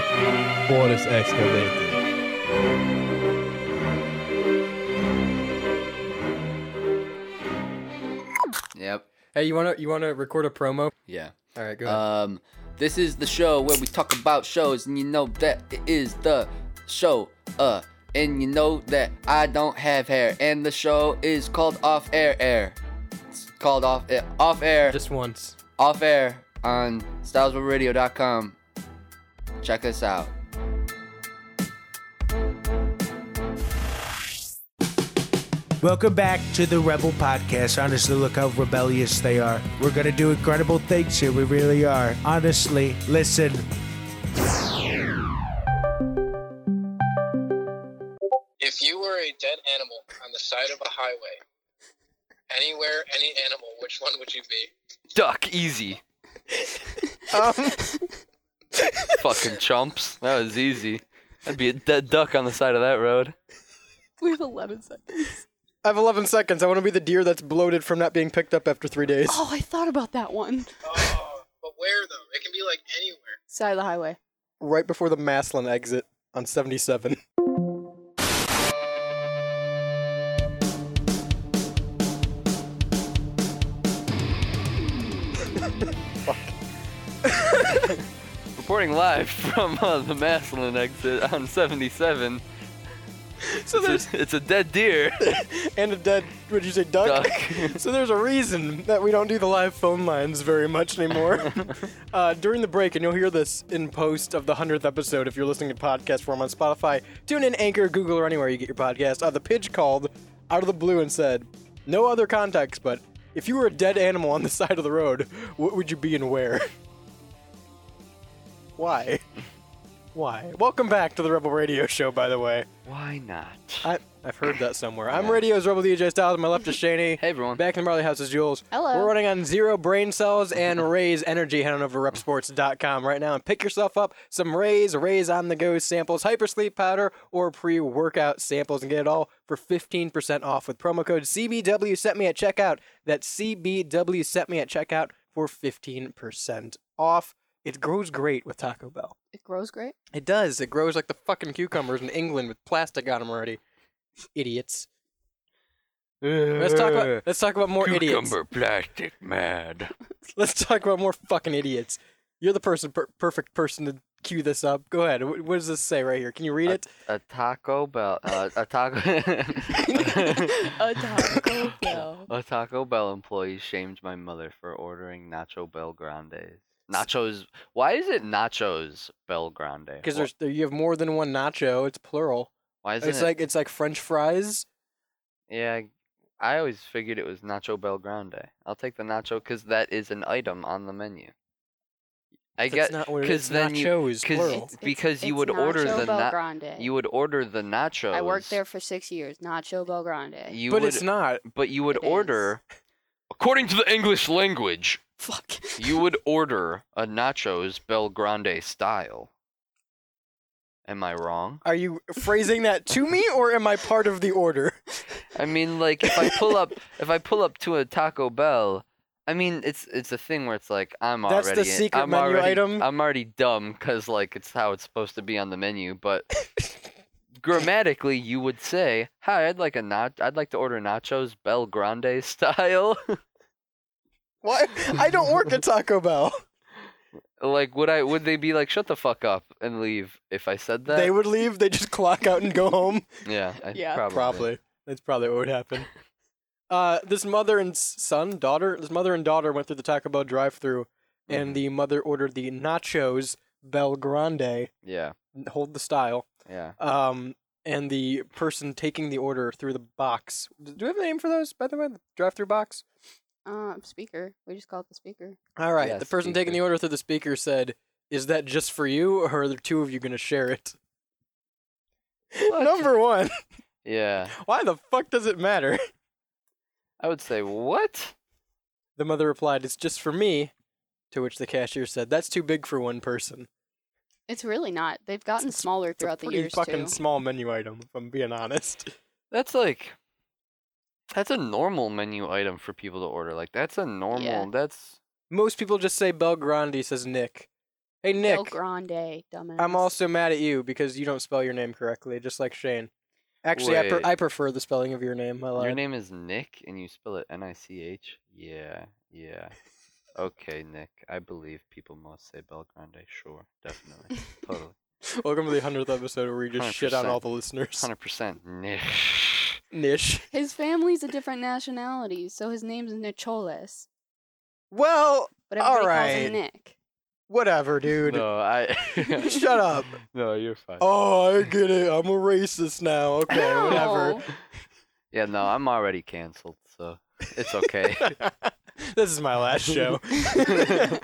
[SPEAKER 9] Boris Excavating.
[SPEAKER 6] Yep.
[SPEAKER 4] Hey, you wanna you wanna record a promo?
[SPEAKER 6] Yeah.
[SPEAKER 4] All right, go ahead.
[SPEAKER 6] Um, this is the show where we talk about shows, and you know that it is the show. Uh, and you know that I don't have hair, and the show is called Off Air Air. It's called Off Air, Off Air,
[SPEAKER 4] Just once.
[SPEAKER 6] Off Air on StylesWorldRadio.com. Check us out.
[SPEAKER 10] Welcome back to the Rebel Podcast. Honestly, look how rebellious they are. We're going to do incredible things here. We really are. Honestly, listen.
[SPEAKER 11] If you were a dead animal on the side of a highway, anywhere, any animal, which one would you be?
[SPEAKER 6] Duck easy.
[SPEAKER 4] Um,
[SPEAKER 6] Fucking chumps. That was easy. I'd be a dead duck on the side of that road.
[SPEAKER 7] We have 11 seconds.
[SPEAKER 4] I have 11 seconds. I want to be the deer that's bloated from not being picked up after three days.
[SPEAKER 7] Oh, I thought about that one.
[SPEAKER 11] Oh, but where though? It can be like anywhere.
[SPEAKER 7] Side of the highway.
[SPEAKER 4] Right before the Maslin exit on 77.
[SPEAKER 6] Reporting live from uh, the Maslin exit on 77.
[SPEAKER 4] So
[SPEAKER 6] It's a-
[SPEAKER 4] there's
[SPEAKER 6] It's a, dead deer.
[SPEAKER 4] and a dead. Would you say duck?
[SPEAKER 6] Duck.
[SPEAKER 4] so there's a reason that we don't do the live phone lines very much anymore. uh, during the break, and you'll hear this in post of the hundredth episode if you're listening to podcast form on Spotify, tune in Anchor, Google, or anywhere you get your podcast. Uh, the pitch called out of the blue and said, "No other context, but if you were a dead animal on the side of the road, what would you be and where? Why? Why? Welcome back to the Rebel Radio Show, by the way.
[SPEAKER 6] Why not?
[SPEAKER 4] I, I've heard that somewhere. I'm Radio's Rebel DJ Styles. My left is Shaney.
[SPEAKER 6] Hey, everyone.
[SPEAKER 4] Back in the Barley House is Jules.
[SPEAKER 7] Hello.
[SPEAKER 4] We're running on zero brain cells and Ray's energy. Head on over to repsports.com right now and pick yourself up some Ray's, Ray's on the go samples, hypersleep powder, or pre workout samples and get it all for 15% off with promo code CBW set me at checkout. That's CBW set me at checkout for 15% off. It grows great with Taco Bell.
[SPEAKER 7] It grows great.
[SPEAKER 4] It does. It grows like the fucking cucumbers in England with plastic on them already. Idiots. Let's talk about let's talk about more idiots.
[SPEAKER 6] Cucumber plastic mad.
[SPEAKER 4] Let's talk about more fucking idiots. You're the person per- perfect person to cue this up. Go ahead. Wh- What does this say right here? Can you read it?
[SPEAKER 6] A Taco Bell. Uh, a Taco.
[SPEAKER 7] A Taco Bell.
[SPEAKER 6] a Taco Bell employee shamed my mother for ordering Nacho Bell Grandes. Nachos. Why is it Nachos Bell Grande?
[SPEAKER 4] Because
[SPEAKER 6] Wh-
[SPEAKER 4] there's there, you have more than one nacho. It's plural.
[SPEAKER 6] Why is
[SPEAKER 4] it's
[SPEAKER 6] it?
[SPEAKER 4] like it's like French fries.
[SPEAKER 6] Yeah, I always figured it was Nacho Bel Grande. I'll take the nacho because that is an item on the menu. I
[SPEAKER 4] That's
[SPEAKER 6] guess
[SPEAKER 4] not what it
[SPEAKER 6] because
[SPEAKER 4] is.
[SPEAKER 6] then you
[SPEAKER 4] Nacho is
[SPEAKER 6] 'cause
[SPEAKER 4] plural.
[SPEAKER 6] you- because you would
[SPEAKER 7] nacho
[SPEAKER 6] order the
[SPEAKER 7] Bel
[SPEAKER 6] na-
[SPEAKER 7] Grande.
[SPEAKER 6] you would order the nachos.
[SPEAKER 7] I worked there for six years. Nacho Bel Grande.
[SPEAKER 6] You
[SPEAKER 4] but
[SPEAKER 6] would,
[SPEAKER 4] it's not.
[SPEAKER 6] But you would
[SPEAKER 7] It is.
[SPEAKER 6] order, according to the English language,
[SPEAKER 7] Fuck.
[SPEAKER 6] you would order a nachos Bel Grande style. Am I wrong?
[SPEAKER 4] Are you phrasing that to me or am I part of the order?
[SPEAKER 6] I mean, like if I pull up, if I pull up to a Taco Bell, I mean, it's it's a thing where it's like I'm
[SPEAKER 4] That's the
[SPEAKER 6] already
[SPEAKER 4] secret
[SPEAKER 6] I'm
[SPEAKER 4] menu
[SPEAKER 6] already,
[SPEAKER 4] item.
[SPEAKER 6] I'm already dumb because like it's how it's supposed to be on the menu, but grammatically you would say, "Hi, I'd like a nach- I'd like to order nachos Bel Grande style."
[SPEAKER 4] Why? I don't work at Taco Bell.
[SPEAKER 6] like, would I would they be like, "Shut the fuck up" and leave if I said that?
[SPEAKER 4] They would leave. They just clock out and go home.
[SPEAKER 6] Yeah, I,
[SPEAKER 7] Yeah.
[SPEAKER 6] probably.
[SPEAKER 4] Probably. That's probably what would happen. Uh, this mother and s- son, daughter, this mother and daughter went through the Taco Bell drive-through,
[SPEAKER 6] Mm-hmm.
[SPEAKER 4] and the mother ordered the nachos Bel Grande,
[SPEAKER 6] Yeah,
[SPEAKER 4] hold the style.
[SPEAKER 6] yeah.
[SPEAKER 4] Um, and the person taking the order through the box. Do we have a name for those, by the way? The drive-through box.
[SPEAKER 7] Um, speaker. We just call it the speaker.
[SPEAKER 4] All right.
[SPEAKER 6] Yeah,
[SPEAKER 4] the person taking the
[SPEAKER 6] speaker.
[SPEAKER 4] order through the speaker said, "Is that just for you, or are the two of you gonna share it?" Number one.
[SPEAKER 6] Yeah.
[SPEAKER 4] Why the fuck does it matter?
[SPEAKER 6] I would say, what?
[SPEAKER 4] The mother replied, It's just for me. To which the cashier said, That's too big for one person.
[SPEAKER 7] It's really not. They've gotten smaller
[SPEAKER 4] It's a
[SPEAKER 7] throughout the
[SPEAKER 4] pretty
[SPEAKER 7] years
[SPEAKER 4] fucking
[SPEAKER 7] too.
[SPEAKER 4] small menu item, if I'm being honest.
[SPEAKER 6] That's like that's a normal menu item for people to order. Like that's a normal. That's
[SPEAKER 4] Most people just say Bel Grande says Nick. Hey Nick,
[SPEAKER 7] Del Grande, dumbass.
[SPEAKER 4] I'm also mad at you because you don't spell your name correctly, just like Shane. Actually, I,
[SPEAKER 6] Wait.
[SPEAKER 4] per- I prefer the spelling of your name. I
[SPEAKER 6] your
[SPEAKER 4] lied.
[SPEAKER 6] name is Nick and you spell it N I C H. Yeah, yeah. okay, Nick. I believe people must say Belgrande. Sure, definitely, totally.
[SPEAKER 4] Welcome to the hundredth episode where we just shit on all the listeners.
[SPEAKER 6] Hundred percent, Nick.
[SPEAKER 4] Nish.
[SPEAKER 7] His family's a different nationality, so his name's Nicholas.
[SPEAKER 4] Well,
[SPEAKER 7] but everybody calls
[SPEAKER 4] alright.
[SPEAKER 7] him Nick.
[SPEAKER 4] Whatever, dude.
[SPEAKER 6] No, I.
[SPEAKER 4] Shut up.
[SPEAKER 6] No, you're fine.
[SPEAKER 4] Oh, I get it. I'm a racist now. Okay, whatever.
[SPEAKER 6] Yeah, no, I'm already canceled, so it's okay.
[SPEAKER 4] This is my last show.
[SPEAKER 6] I'm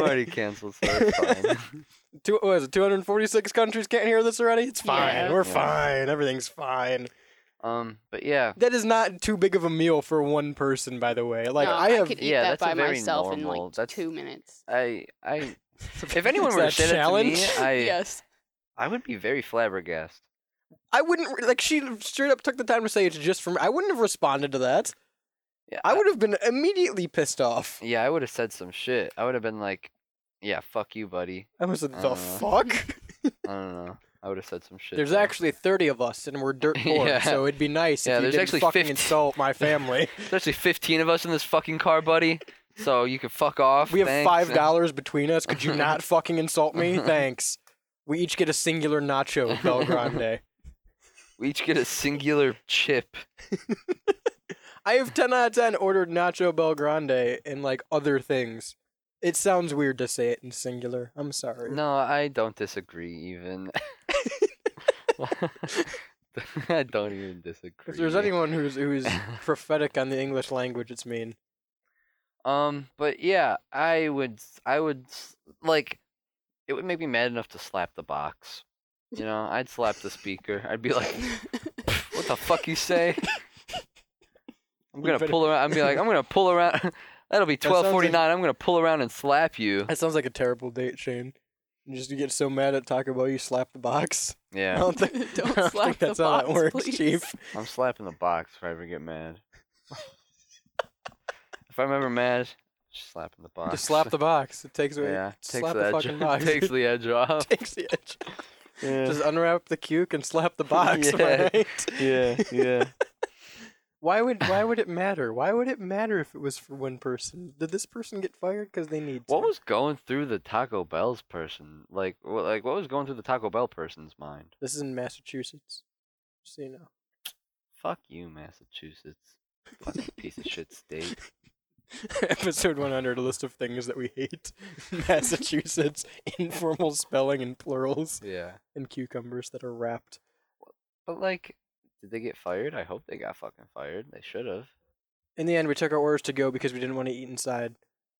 [SPEAKER 6] already canceled, so it's fine.
[SPEAKER 4] Two, what is it, 246 countries can't hear this already? It's fine.
[SPEAKER 6] Yeah.
[SPEAKER 4] We're
[SPEAKER 6] Yeah.
[SPEAKER 4] fine. Everything's fine.
[SPEAKER 6] Um, but yeah,
[SPEAKER 4] That is not too big of a meal for one person, by the way. Like,
[SPEAKER 7] No,
[SPEAKER 4] I have.
[SPEAKER 7] could eat
[SPEAKER 6] yeah,
[SPEAKER 7] that
[SPEAKER 6] that's a
[SPEAKER 7] by
[SPEAKER 6] very
[SPEAKER 7] myself in
[SPEAKER 6] normal-
[SPEAKER 7] like
[SPEAKER 6] that's-
[SPEAKER 7] two minutes.
[SPEAKER 6] I, I, if anyone
[SPEAKER 4] Is
[SPEAKER 6] were to
[SPEAKER 4] that
[SPEAKER 6] say that to me,
[SPEAKER 4] challenge?
[SPEAKER 6] I,
[SPEAKER 7] yes.
[SPEAKER 6] I would be very flabbergasted.
[SPEAKER 4] I wouldn't. re- Like, she straight up took the time to say it's just for me. I wouldn't have responded to that.
[SPEAKER 6] Yeah,
[SPEAKER 4] I would have been immediately pissed off.
[SPEAKER 6] Yeah, I would have said some shit. I would have been like, "Yeah, fuck you, buddy."
[SPEAKER 4] I was like,
[SPEAKER 6] I
[SPEAKER 4] the
[SPEAKER 6] don't know.
[SPEAKER 4] fuck?
[SPEAKER 6] I don't know. I would have said some shit.
[SPEAKER 4] There's
[SPEAKER 6] though.
[SPEAKER 4] actually 30 of us, and we're dirt poor,
[SPEAKER 6] Yeah.
[SPEAKER 4] so it'd be nice
[SPEAKER 6] Yeah,
[SPEAKER 4] if you
[SPEAKER 6] there's
[SPEAKER 4] didn't
[SPEAKER 6] actually
[SPEAKER 4] fucking
[SPEAKER 6] 50
[SPEAKER 4] insult my family.
[SPEAKER 6] There's actually 15 of us in this fucking car, buddy. So you can fuck off.
[SPEAKER 4] We have
[SPEAKER 6] thanks,
[SPEAKER 4] five
[SPEAKER 6] and-
[SPEAKER 4] dollars between us. Could you not fucking insult me? Thanks. We each get a singular nacho of Bel Grande.
[SPEAKER 6] We each get a singular chip.
[SPEAKER 4] I have ten out of ten ordered nacho Bel Grande and like other things. It sounds weird to say it in singular. I'm sorry.
[SPEAKER 6] No, I don't disagree even. I don't even disagree.
[SPEAKER 4] If there's anyone who's who's prophetic on the English language, it's mean.
[SPEAKER 6] Um, but yeah, I would, s- I would, s- like, it would make me mad enough to slap the box. You know, I'd slap the speaker. I'd be like, "What the fuck you say?" I'm gonna
[SPEAKER 4] better-
[SPEAKER 6] pull around. I'd be like, "I'm gonna pull around." That'll be
[SPEAKER 4] sounds like-
[SPEAKER 6] 12:49. I'm gonna pull around and slap you.
[SPEAKER 4] That sounds like a terrible date, Shane. You just get so mad at Taco Bell, you slap the box. I
[SPEAKER 6] Yeah,
[SPEAKER 4] don't think,
[SPEAKER 7] Don't
[SPEAKER 4] I don't
[SPEAKER 7] slap
[SPEAKER 4] think
[SPEAKER 7] the
[SPEAKER 4] that's how that
[SPEAKER 7] box,
[SPEAKER 4] works,
[SPEAKER 7] please.
[SPEAKER 4] Chief.
[SPEAKER 6] I'm slapping the box if I ever get mad. if I'm ever mad, just slapping the box.
[SPEAKER 4] Just slap the box. It takes away.
[SPEAKER 6] yeah, takes
[SPEAKER 4] slap
[SPEAKER 6] the
[SPEAKER 4] the
[SPEAKER 6] edge.
[SPEAKER 4] fucking box.
[SPEAKER 6] takes the edge off.
[SPEAKER 4] takes the edge.
[SPEAKER 6] Yeah.
[SPEAKER 4] Just unwrap the cuke and slap the box. am I
[SPEAKER 6] Yeah.
[SPEAKER 4] right?
[SPEAKER 6] yeah, yeah.
[SPEAKER 4] Why would why would it matter? Why would it matter if it was for one person? Did this person get fired because they need?
[SPEAKER 6] What
[SPEAKER 4] to?
[SPEAKER 6] was going through the Taco Bell's person? Like, wh- like what was going through the Taco Bell person's mind?
[SPEAKER 4] this is in Massachusetts? Just so you know.
[SPEAKER 6] Fuck you, Massachusetts. Fucking piece of shit state.
[SPEAKER 4] Episode 100: A list of things that we hate. Massachusetts informal spelling and plurals
[SPEAKER 6] Yeah.
[SPEAKER 4] and cucumbers that are wrapped.
[SPEAKER 6] But like, did they get fired? I hope they got fucking fired. They should have.
[SPEAKER 4] In the end, we took our orders to go because we didn't want to eat inside.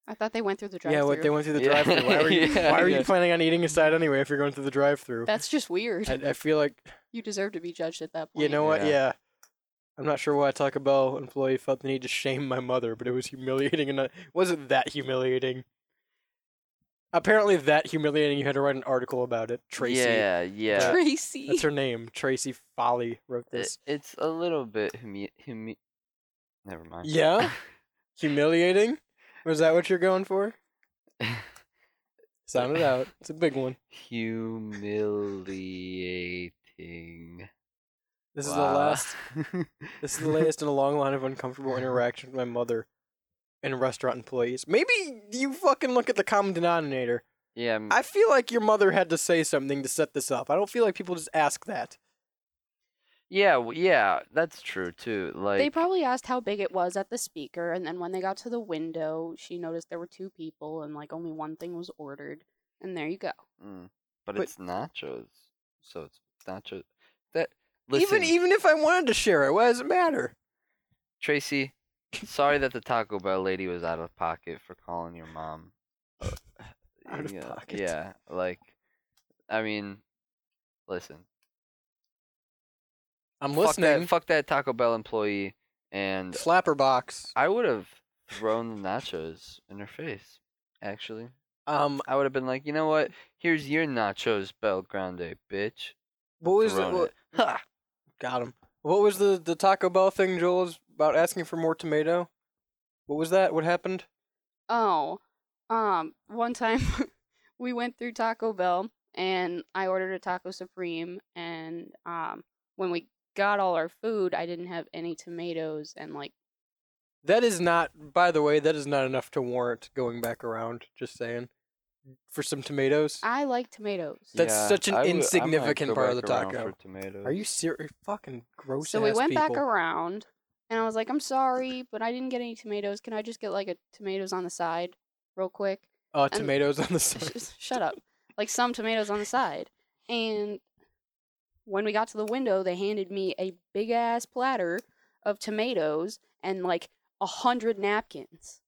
[SPEAKER 7] I thought they went through the drive
[SPEAKER 4] Yeah, what, they went through the
[SPEAKER 6] Yeah.
[SPEAKER 4] drive-through. Why were you,
[SPEAKER 6] Yeah,
[SPEAKER 4] why were
[SPEAKER 6] yeah.
[SPEAKER 4] you planning on eating inside anyway if you're going through the drive-through?
[SPEAKER 7] That's just weird.
[SPEAKER 4] I, I feel like
[SPEAKER 7] you deserve to be judged at that point.
[SPEAKER 4] You know what?
[SPEAKER 6] Yeah.
[SPEAKER 4] Yeah. I'm not sure why a Taco Bell employee felt the need to shame my mother, but it was humiliating and uh, it wasn't that humiliating. Apparently, that humiliating. You had to write an article about it. Tracy.
[SPEAKER 6] Yeah, yeah.
[SPEAKER 7] Tracy.
[SPEAKER 4] That's her name. Tracy Folly wrote
[SPEAKER 6] It,
[SPEAKER 4] this.
[SPEAKER 6] it's a little bit humi- humi- Never mind.
[SPEAKER 4] Yeah? humiliating? Was that what you're going for? Sound it out. It's a big one.
[SPEAKER 6] Humiliating.
[SPEAKER 4] This is
[SPEAKER 6] Wow.
[SPEAKER 4] the last. This is the latest in a long line of uncomfortable interaction with my mother and restaurant employees. Maybe you fucking look at the common denominator.
[SPEAKER 6] yeah. m-
[SPEAKER 4] I feel like your mother had to say something to set this up. I don't feel like people just ask that.
[SPEAKER 6] Yeah, w- yeah, that's true too. Like
[SPEAKER 7] They probably asked how big it was at the speaker, and then when they got to the window, she noticed there were two people, and like only one thing was ordered. And there you go.
[SPEAKER 6] mm, but,
[SPEAKER 4] but-
[SPEAKER 6] it's nachos, so it's nachos. That listen,
[SPEAKER 4] Even even if I wanted to share it, why does it matter?
[SPEAKER 6] Tracy. Sorry that the Taco Bell lady was out of pocket for calling your mom. Uh,
[SPEAKER 4] Out of
[SPEAKER 6] yeah,
[SPEAKER 4] pocket.
[SPEAKER 6] Yeah, like, I mean, listen.
[SPEAKER 4] I'm
[SPEAKER 6] fuck
[SPEAKER 4] listening.
[SPEAKER 6] That, fuck that Taco Bell employee and
[SPEAKER 4] slapper box.
[SPEAKER 6] I would have thrown the nachos in her face. Actually,
[SPEAKER 4] um,
[SPEAKER 6] I would have been like, you know what? Here's your nachos, Bel Grande, bitch.
[SPEAKER 4] What was the,
[SPEAKER 6] Thrown
[SPEAKER 4] what,
[SPEAKER 6] it.
[SPEAKER 4] ha, got him? What was the the Taco Bell thing, Joel, is about asking for more tomato? What was that? What happened?
[SPEAKER 7] Oh, um, one time we went through Taco Bell and I ordered a taco supreme, and um, when we got all our food, I didn't have any tomatoes, and like,
[SPEAKER 4] That is not. By the way, that is not enough to warrant going back around. Just saying, for some tomatoes.
[SPEAKER 7] I like tomatoes.
[SPEAKER 4] That's
[SPEAKER 6] Yeah,
[SPEAKER 4] such an
[SPEAKER 6] I would- I might
[SPEAKER 4] insignificant
[SPEAKER 6] go
[SPEAKER 4] part of the
[SPEAKER 6] back around
[SPEAKER 4] taco.
[SPEAKER 6] for tomatoes.
[SPEAKER 4] Are you serious? Fucking gross.
[SPEAKER 7] So we
[SPEAKER 4] ass
[SPEAKER 7] went back
[SPEAKER 4] people.
[SPEAKER 7] around, and I was like, I'm sorry, but I didn't get any tomatoes. Can I just get like a tomatoes on the side, real quick?
[SPEAKER 4] Uh,
[SPEAKER 7] And-
[SPEAKER 4] tomatoes on the side.
[SPEAKER 7] Just shut up. Like some tomatoes on the side. And when we got to the window, they handed me a big ass platter of tomatoes and like a hundred napkins.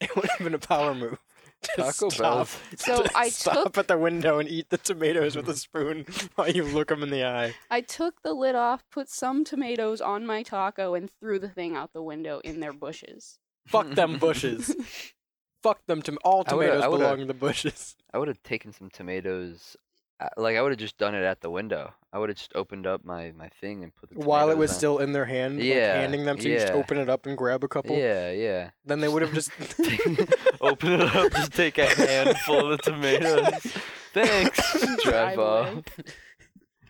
[SPEAKER 4] it would have been a power move. Just
[SPEAKER 6] Taco Bell.
[SPEAKER 4] stop.
[SPEAKER 7] So
[SPEAKER 4] Just
[SPEAKER 7] I
[SPEAKER 4] stop
[SPEAKER 7] took-
[SPEAKER 4] at the window and eat the tomatoes with a spoon while you look them in the eye.
[SPEAKER 7] I took the lid off, put some tomatoes on my taco, and threw the thing out the window in their bushes.
[SPEAKER 4] Fuck them bushes. Fuck them. To all
[SPEAKER 6] I would've-
[SPEAKER 4] tomatoes
[SPEAKER 6] I would've-
[SPEAKER 4] belong in the bushes.
[SPEAKER 6] I would have taken some tomatoes. uh, Like I would have just done it at the window. I would have just opened up my, my thing and put the
[SPEAKER 4] While it was
[SPEAKER 6] tomatoes on.
[SPEAKER 4] still in their hand, like,
[SPEAKER 6] Yeah,
[SPEAKER 4] handing them to you, just
[SPEAKER 6] yeah.
[SPEAKER 4] open it up and grab a couple.
[SPEAKER 6] Yeah, yeah.
[SPEAKER 4] Then they would have just.
[SPEAKER 6] Open it up, just take a handful of tomatoes. Thanks. Drive
[SPEAKER 7] Drive away.
[SPEAKER 6] off.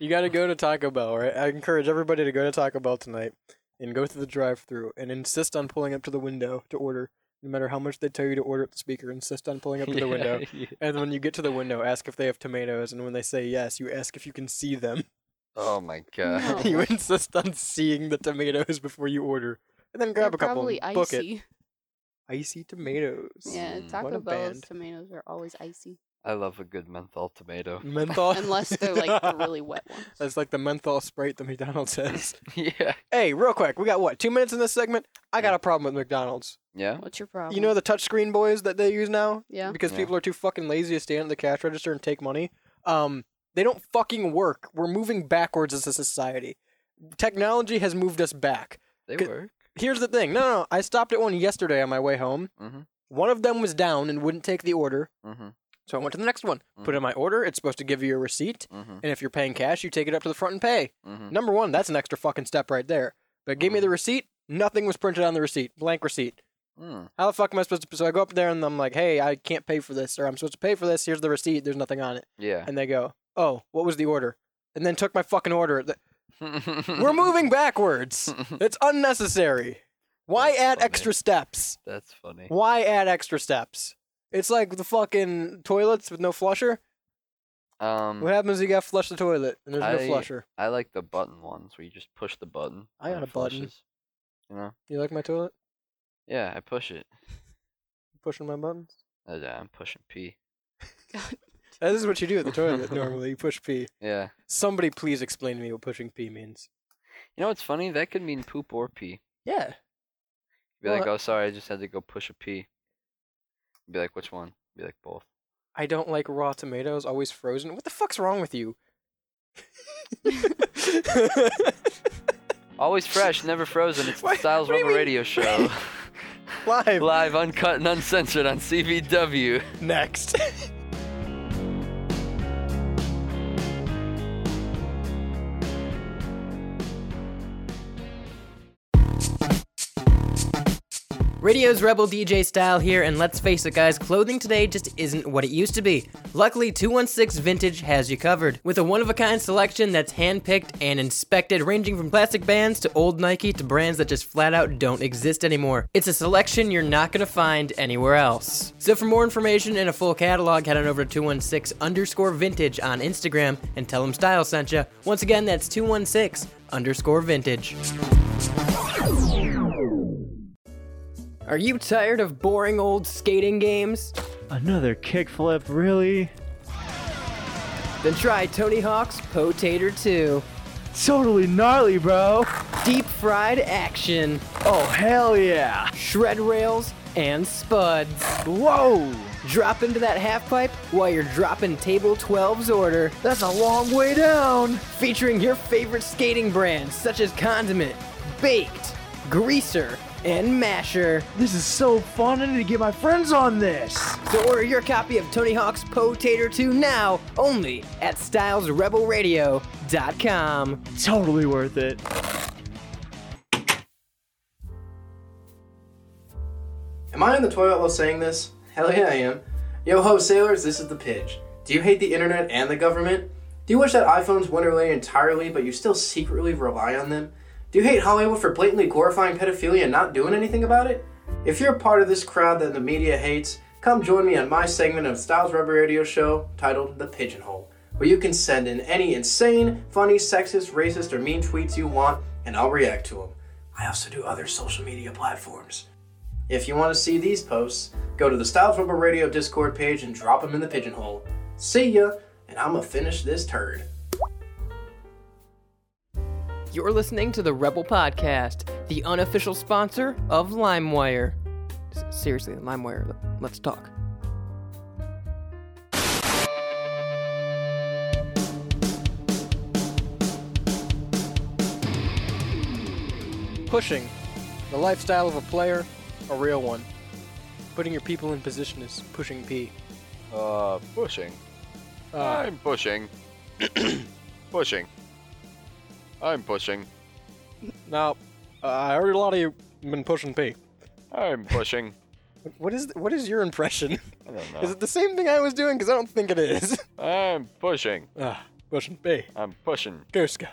[SPEAKER 4] You got to go to Taco Bell, right? I encourage everybody to go to Taco Bell tonight and go through the drive-through and insist on pulling up to the window to order. No matter how much they tell you to order at the speaker, insist on pulling up to the window. And when you get to the window, ask if they have tomatoes. And when they say yes, you ask if you can see them.
[SPEAKER 6] Oh my god.
[SPEAKER 7] No.
[SPEAKER 4] you insist on seeing the tomatoes before you order, and then grab
[SPEAKER 7] They're
[SPEAKER 4] a couple,
[SPEAKER 7] probably
[SPEAKER 4] and book
[SPEAKER 7] icy.
[SPEAKER 4] it. Icy tomatoes.
[SPEAKER 7] Yeah,
[SPEAKER 6] Mm.
[SPEAKER 4] What a
[SPEAKER 7] Taco Bell's
[SPEAKER 4] band.
[SPEAKER 7] tomatoes are always icy.
[SPEAKER 6] I love a good menthol tomato.
[SPEAKER 4] Menthol.
[SPEAKER 7] Unless they're like the really wet ones.
[SPEAKER 4] That's like the menthol sprite that McDonald's has.
[SPEAKER 6] yeah.
[SPEAKER 4] hey, real quick, we got what? Two minutes in this segment. I got a problem with McDonald's.
[SPEAKER 6] Yeah.
[SPEAKER 7] What's your problem?
[SPEAKER 4] You know the touchscreen boys that they use now?
[SPEAKER 7] Yeah.
[SPEAKER 4] Because
[SPEAKER 6] Yeah.
[SPEAKER 4] people are too fucking lazy to stand at the cash register and take money. Um, they don't fucking work. We're moving backwards as a society. Technology has moved us back.
[SPEAKER 6] They
[SPEAKER 4] Could-
[SPEAKER 6] work.
[SPEAKER 4] Here's the thing. No, no, no. I stopped at one yesterday on my way home.
[SPEAKER 6] Mhm.
[SPEAKER 4] One of them was down and wouldn't take the order,
[SPEAKER 6] Mm-hmm.
[SPEAKER 4] so I went to the next one. Put in my order. It's supposed to give you a receipt,
[SPEAKER 6] Mhm.
[SPEAKER 4] and if you're paying cash, you take it up to the front and pay.
[SPEAKER 6] Mhm.
[SPEAKER 4] Number one, that's an extra fucking step right there. But it gave
[SPEAKER 6] Mm-hmm.
[SPEAKER 4] me the receipt. Nothing was printed on the receipt. Blank receipt.
[SPEAKER 6] Mm.
[SPEAKER 4] How the fuck am I supposed to? So I go up there and I'm like, hey, I can't pay for this, or I'm supposed to pay for this. Here's the receipt. There's nothing on it.
[SPEAKER 6] Yeah.
[SPEAKER 4] And they go, oh, what was the order? And then took my fucking order. Th- We're moving backwards. It's unnecessary. Why
[SPEAKER 6] That's
[SPEAKER 4] add
[SPEAKER 6] funny.
[SPEAKER 4] extra steps?
[SPEAKER 6] That's funny.
[SPEAKER 4] Why add extra steps? It's like the fucking toilets with no flusher.
[SPEAKER 6] Um,
[SPEAKER 4] What happens if you got to flush the toilet and there's no
[SPEAKER 6] I-
[SPEAKER 4] flusher?
[SPEAKER 6] I like the button ones where you just push the button.
[SPEAKER 4] I
[SPEAKER 6] and
[SPEAKER 4] got
[SPEAKER 6] it
[SPEAKER 4] a button.
[SPEAKER 6] flushes. You know?
[SPEAKER 4] You like my toilet?
[SPEAKER 6] Yeah, I push it.
[SPEAKER 4] Pushing my buttons.
[SPEAKER 6] Uh, yeah, I'm pushing P.
[SPEAKER 4] That is what you do at the toilet normally. You push pee.
[SPEAKER 6] Yeah.
[SPEAKER 4] Somebody please explain to me what pushing pee means.
[SPEAKER 6] You know what's funny? That could mean poop or pee.
[SPEAKER 4] Yeah.
[SPEAKER 6] Be like,
[SPEAKER 4] Well,
[SPEAKER 6] oh, sorry, I just had to go push a pee. Be like, which one? Be like, both.
[SPEAKER 4] I don't like raw tomatoes, always frozen. What the fuck's wrong with you?
[SPEAKER 6] Always fresh, never frozen. It's
[SPEAKER 4] Why-
[SPEAKER 6] the Styles
[SPEAKER 4] what do you
[SPEAKER 6] Rebel
[SPEAKER 4] mean-
[SPEAKER 6] Radio Show.
[SPEAKER 4] Live.
[SPEAKER 6] Live, uncut, and uncensored on CVW.
[SPEAKER 4] Next.
[SPEAKER 12] Radio's Rebel DJ style here, and let's face it, guys, clothing today just isn't what it used to be. Luckily, 216 Vintage has you covered with a one of a kind selection that's handpicked and inspected, ranging from plastic bands to old Nike to brands that just flat out don't exist anymore. It's a selection you're not gonna find anywhere else. So, for more information and a full catalog, head on over to 216 underscore vintage on Instagram and tell them Style sent ya. Once again, that's 216 underscore vintage. Are you tired of boring old skating games?
[SPEAKER 13] Another kickflip, really?
[SPEAKER 12] Then try Tony Hawk's Potator 2.
[SPEAKER 13] Totally gnarly, bro.
[SPEAKER 12] Deep fried action.
[SPEAKER 13] Oh, hell yeah.
[SPEAKER 12] Shred rails and spuds.
[SPEAKER 13] Whoa!
[SPEAKER 12] drop into that half pipe while you're dropping Table 12's order. That's a long way down. Featuring your favorite skating brands such as Condiment, Baked, Greaser, and Masher.
[SPEAKER 14] This is so fun. I need to get my friends on this.
[SPEAKER 12] So order your copy of Tony Hawk's Potato 2 now only at StylesRebelRadio.com.
[SPEAKER 14] Totally worth it.
[SPEAKER 9] Am I in the toilet while saying this? Hell yeah, I am. Yo ho, sailors, this is The Pitch. Do you hate the internet and the government? Do you wish that iPhones went away entirely, but you still secretly rely on them? Do you hate Hollywood for blatantly glorifying pedophilia and not doing anything about it? If you're a part of this crowd that the media hates, come join me on my segment of Styles Rubber Radio Show titled The Pigeonhole, where you can send in any insane, funny, sexist, racist, or mean tweets you want, and I'll react to them. I also do other social media platforms. If you want to see these posts, go to the Styles Rubber Radio Discord page and drop them in the pigeonhole. See ya, and I'ma finish this turd.
[SPEAKER 12] You're listening to the Rebel Podcast, the unofficial sponsor of LimeWire. S- seriously, LimeWire, let's talk.
[SPEAKER 4] Pushing. The lifestyle of a player, a real one. Putting your people in position is pushing P.
[SPEAKER 6] Uh, pushing.
[SPEAKER 15] Uh,
[SPEAKER 6] I'm pushing. pushing. I'm pushing.
[SPEAKER 4] Now, uh, I heard a lot of you been pushing P.
[SPEAKER 6] I'm pushing.
[SPEAKER 4] What is what is your impression?
[SPEAKER 6] I don't know.
[SPEAKER 4] Is it the same thing I was doing? Because I don't think it is.
[SPEAKER 6] I'm pushing.
[SPEAKER 4] Ah, pushing P.
[SPEAKER 6] I'm pushing.
[SPEAKER 4] Goose go.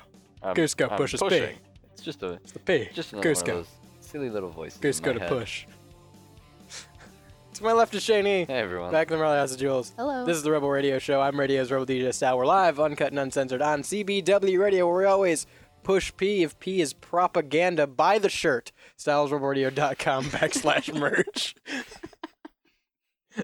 [SPEAKER 6] I'm,
[SPEAKER 4] Goose go
[SPEAKER 6] I'm
[SPEAKER 4] pushes
[SPEAKER 6] pushing.
[SPEAKER 4] P.
[SPEAKER 6] It's just a.
[SPEAKER 4] It's the P.
[SPEAKER 6] Just another
[SPEAKER 4] Goose
[SPEAKER 6] one
[SPEAKER 4] go.
[SPEAKER 6] of those silly little voices.
[SPEAKER 4] Goose
[SPEAKER 6] in
[SPEAKER 4] go
[SPEAKER 6] my
[SPEAKER 4] to
[SPEAKER 6] head.
[SPEAKER 4] push. to my left is Shane E.
[SPEAKER 6] Hey everyone.
[SPEAKER 4] Back in the Rally House of Jewels.
[SPEAKER 7] Hello.
[SPEAKER 4] This is the Rebel Radio Show. I'm Radio's Rebel DJ Sal. We're live, uncut and uncensored on CBW Radio, where we always push P if P is propaganda. Buy the shirt. StylesRebelRadio.com backslash merch.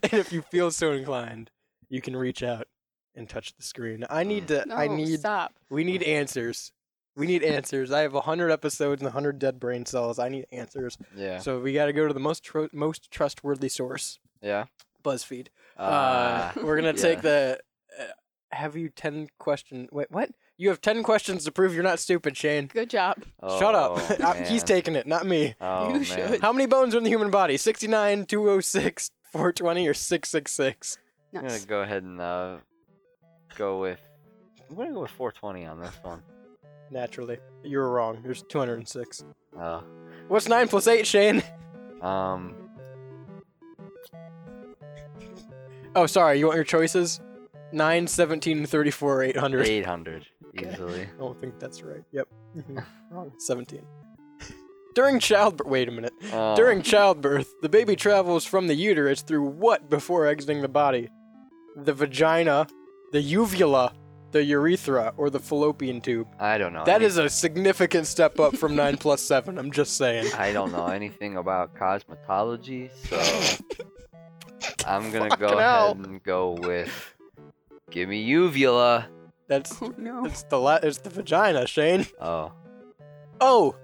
[SPEAKER 4] and if you feel so inclined, you can reach out and touch the screen. I need to. I
[SPEAKER 7] No,
[SPEAKER 4] need.
[SPEAKER 7] stop.
[SPEAKER 4] We need answers. We need answers. I have 100 episodes and 100 dead brain cells. I need answers.
[SPEAKER 6] Yeah.
[SPEAKER 4] So we got to go to the most tr- most trustworthy source.
[SPEAKER 6] Yeah.
[SPEAKER 4] BuzzFeed. Uh,
[SPEAKER 6] Ah,
[SPEAKER 4] we're gonna
[SPEAKER 6] yeah.
[SPEAKER 4] take the. Uh, have you ten question? Wait, what? You have ten questions to prove you're not stupid, Shane.
[SPEAKER 7] Good job.
[SPEAKER 4] Shut up.
[SPEAKER 6] Oh,
[SPEAKER 4] I- He's
[SPEAKER 6] man.
[SPEAKER 4] taking it, not me.
[SPEAKER 6] Oh, You man. should.
[SPEAKER 4] How many bones are in the human body? oh 69, 206, 420, or 666?
[SPEAKER 6] I'm gonna go ahead and uh, go with. I'm gonna go with 420 on this one.
[SPEAKER 4] Naturally. You were wrong. There's 206.
[SPEAKER 6] Oh.
[SPEAKER 4] What's 9 plus 8, Shane?
[SPEAKER 6] Um.
[SPEAKER 4] Oh, sorry. You want your choices? 9, 17, 34, or 800.
[SPEAKER 6] 800 easily.
[SPEAKER 4] I don't think that's right. Yep. Mhm. Wrong. 17. During childbirth. Wait a minute.
[SPEAKER 6] Oh.
[SPEAKER 4] During childbirth, the baby travels from the uterus through what before exiting the body? The vagina, the uvula, the urethra, or the fallopian tube?
[SPEAKER 6] I don't know.
[SPEAKER 4] That is a significant step up from 9 plus 7, I'm just saying.
[SPEAKER 6] I don't know anything about cosmetology, so I'm gonna go
[SPEAKER 4] Fucking hell.
[SPEAKER 6] ahead and go with give me uvula.
[SPEAKER 4] That's
[SPEAKER 7] no.
[SPEAKER 4] it's the la- it's the vagina, Shane.
[SPEAKER 6] Oh,
[SPEAKER 4] Oh,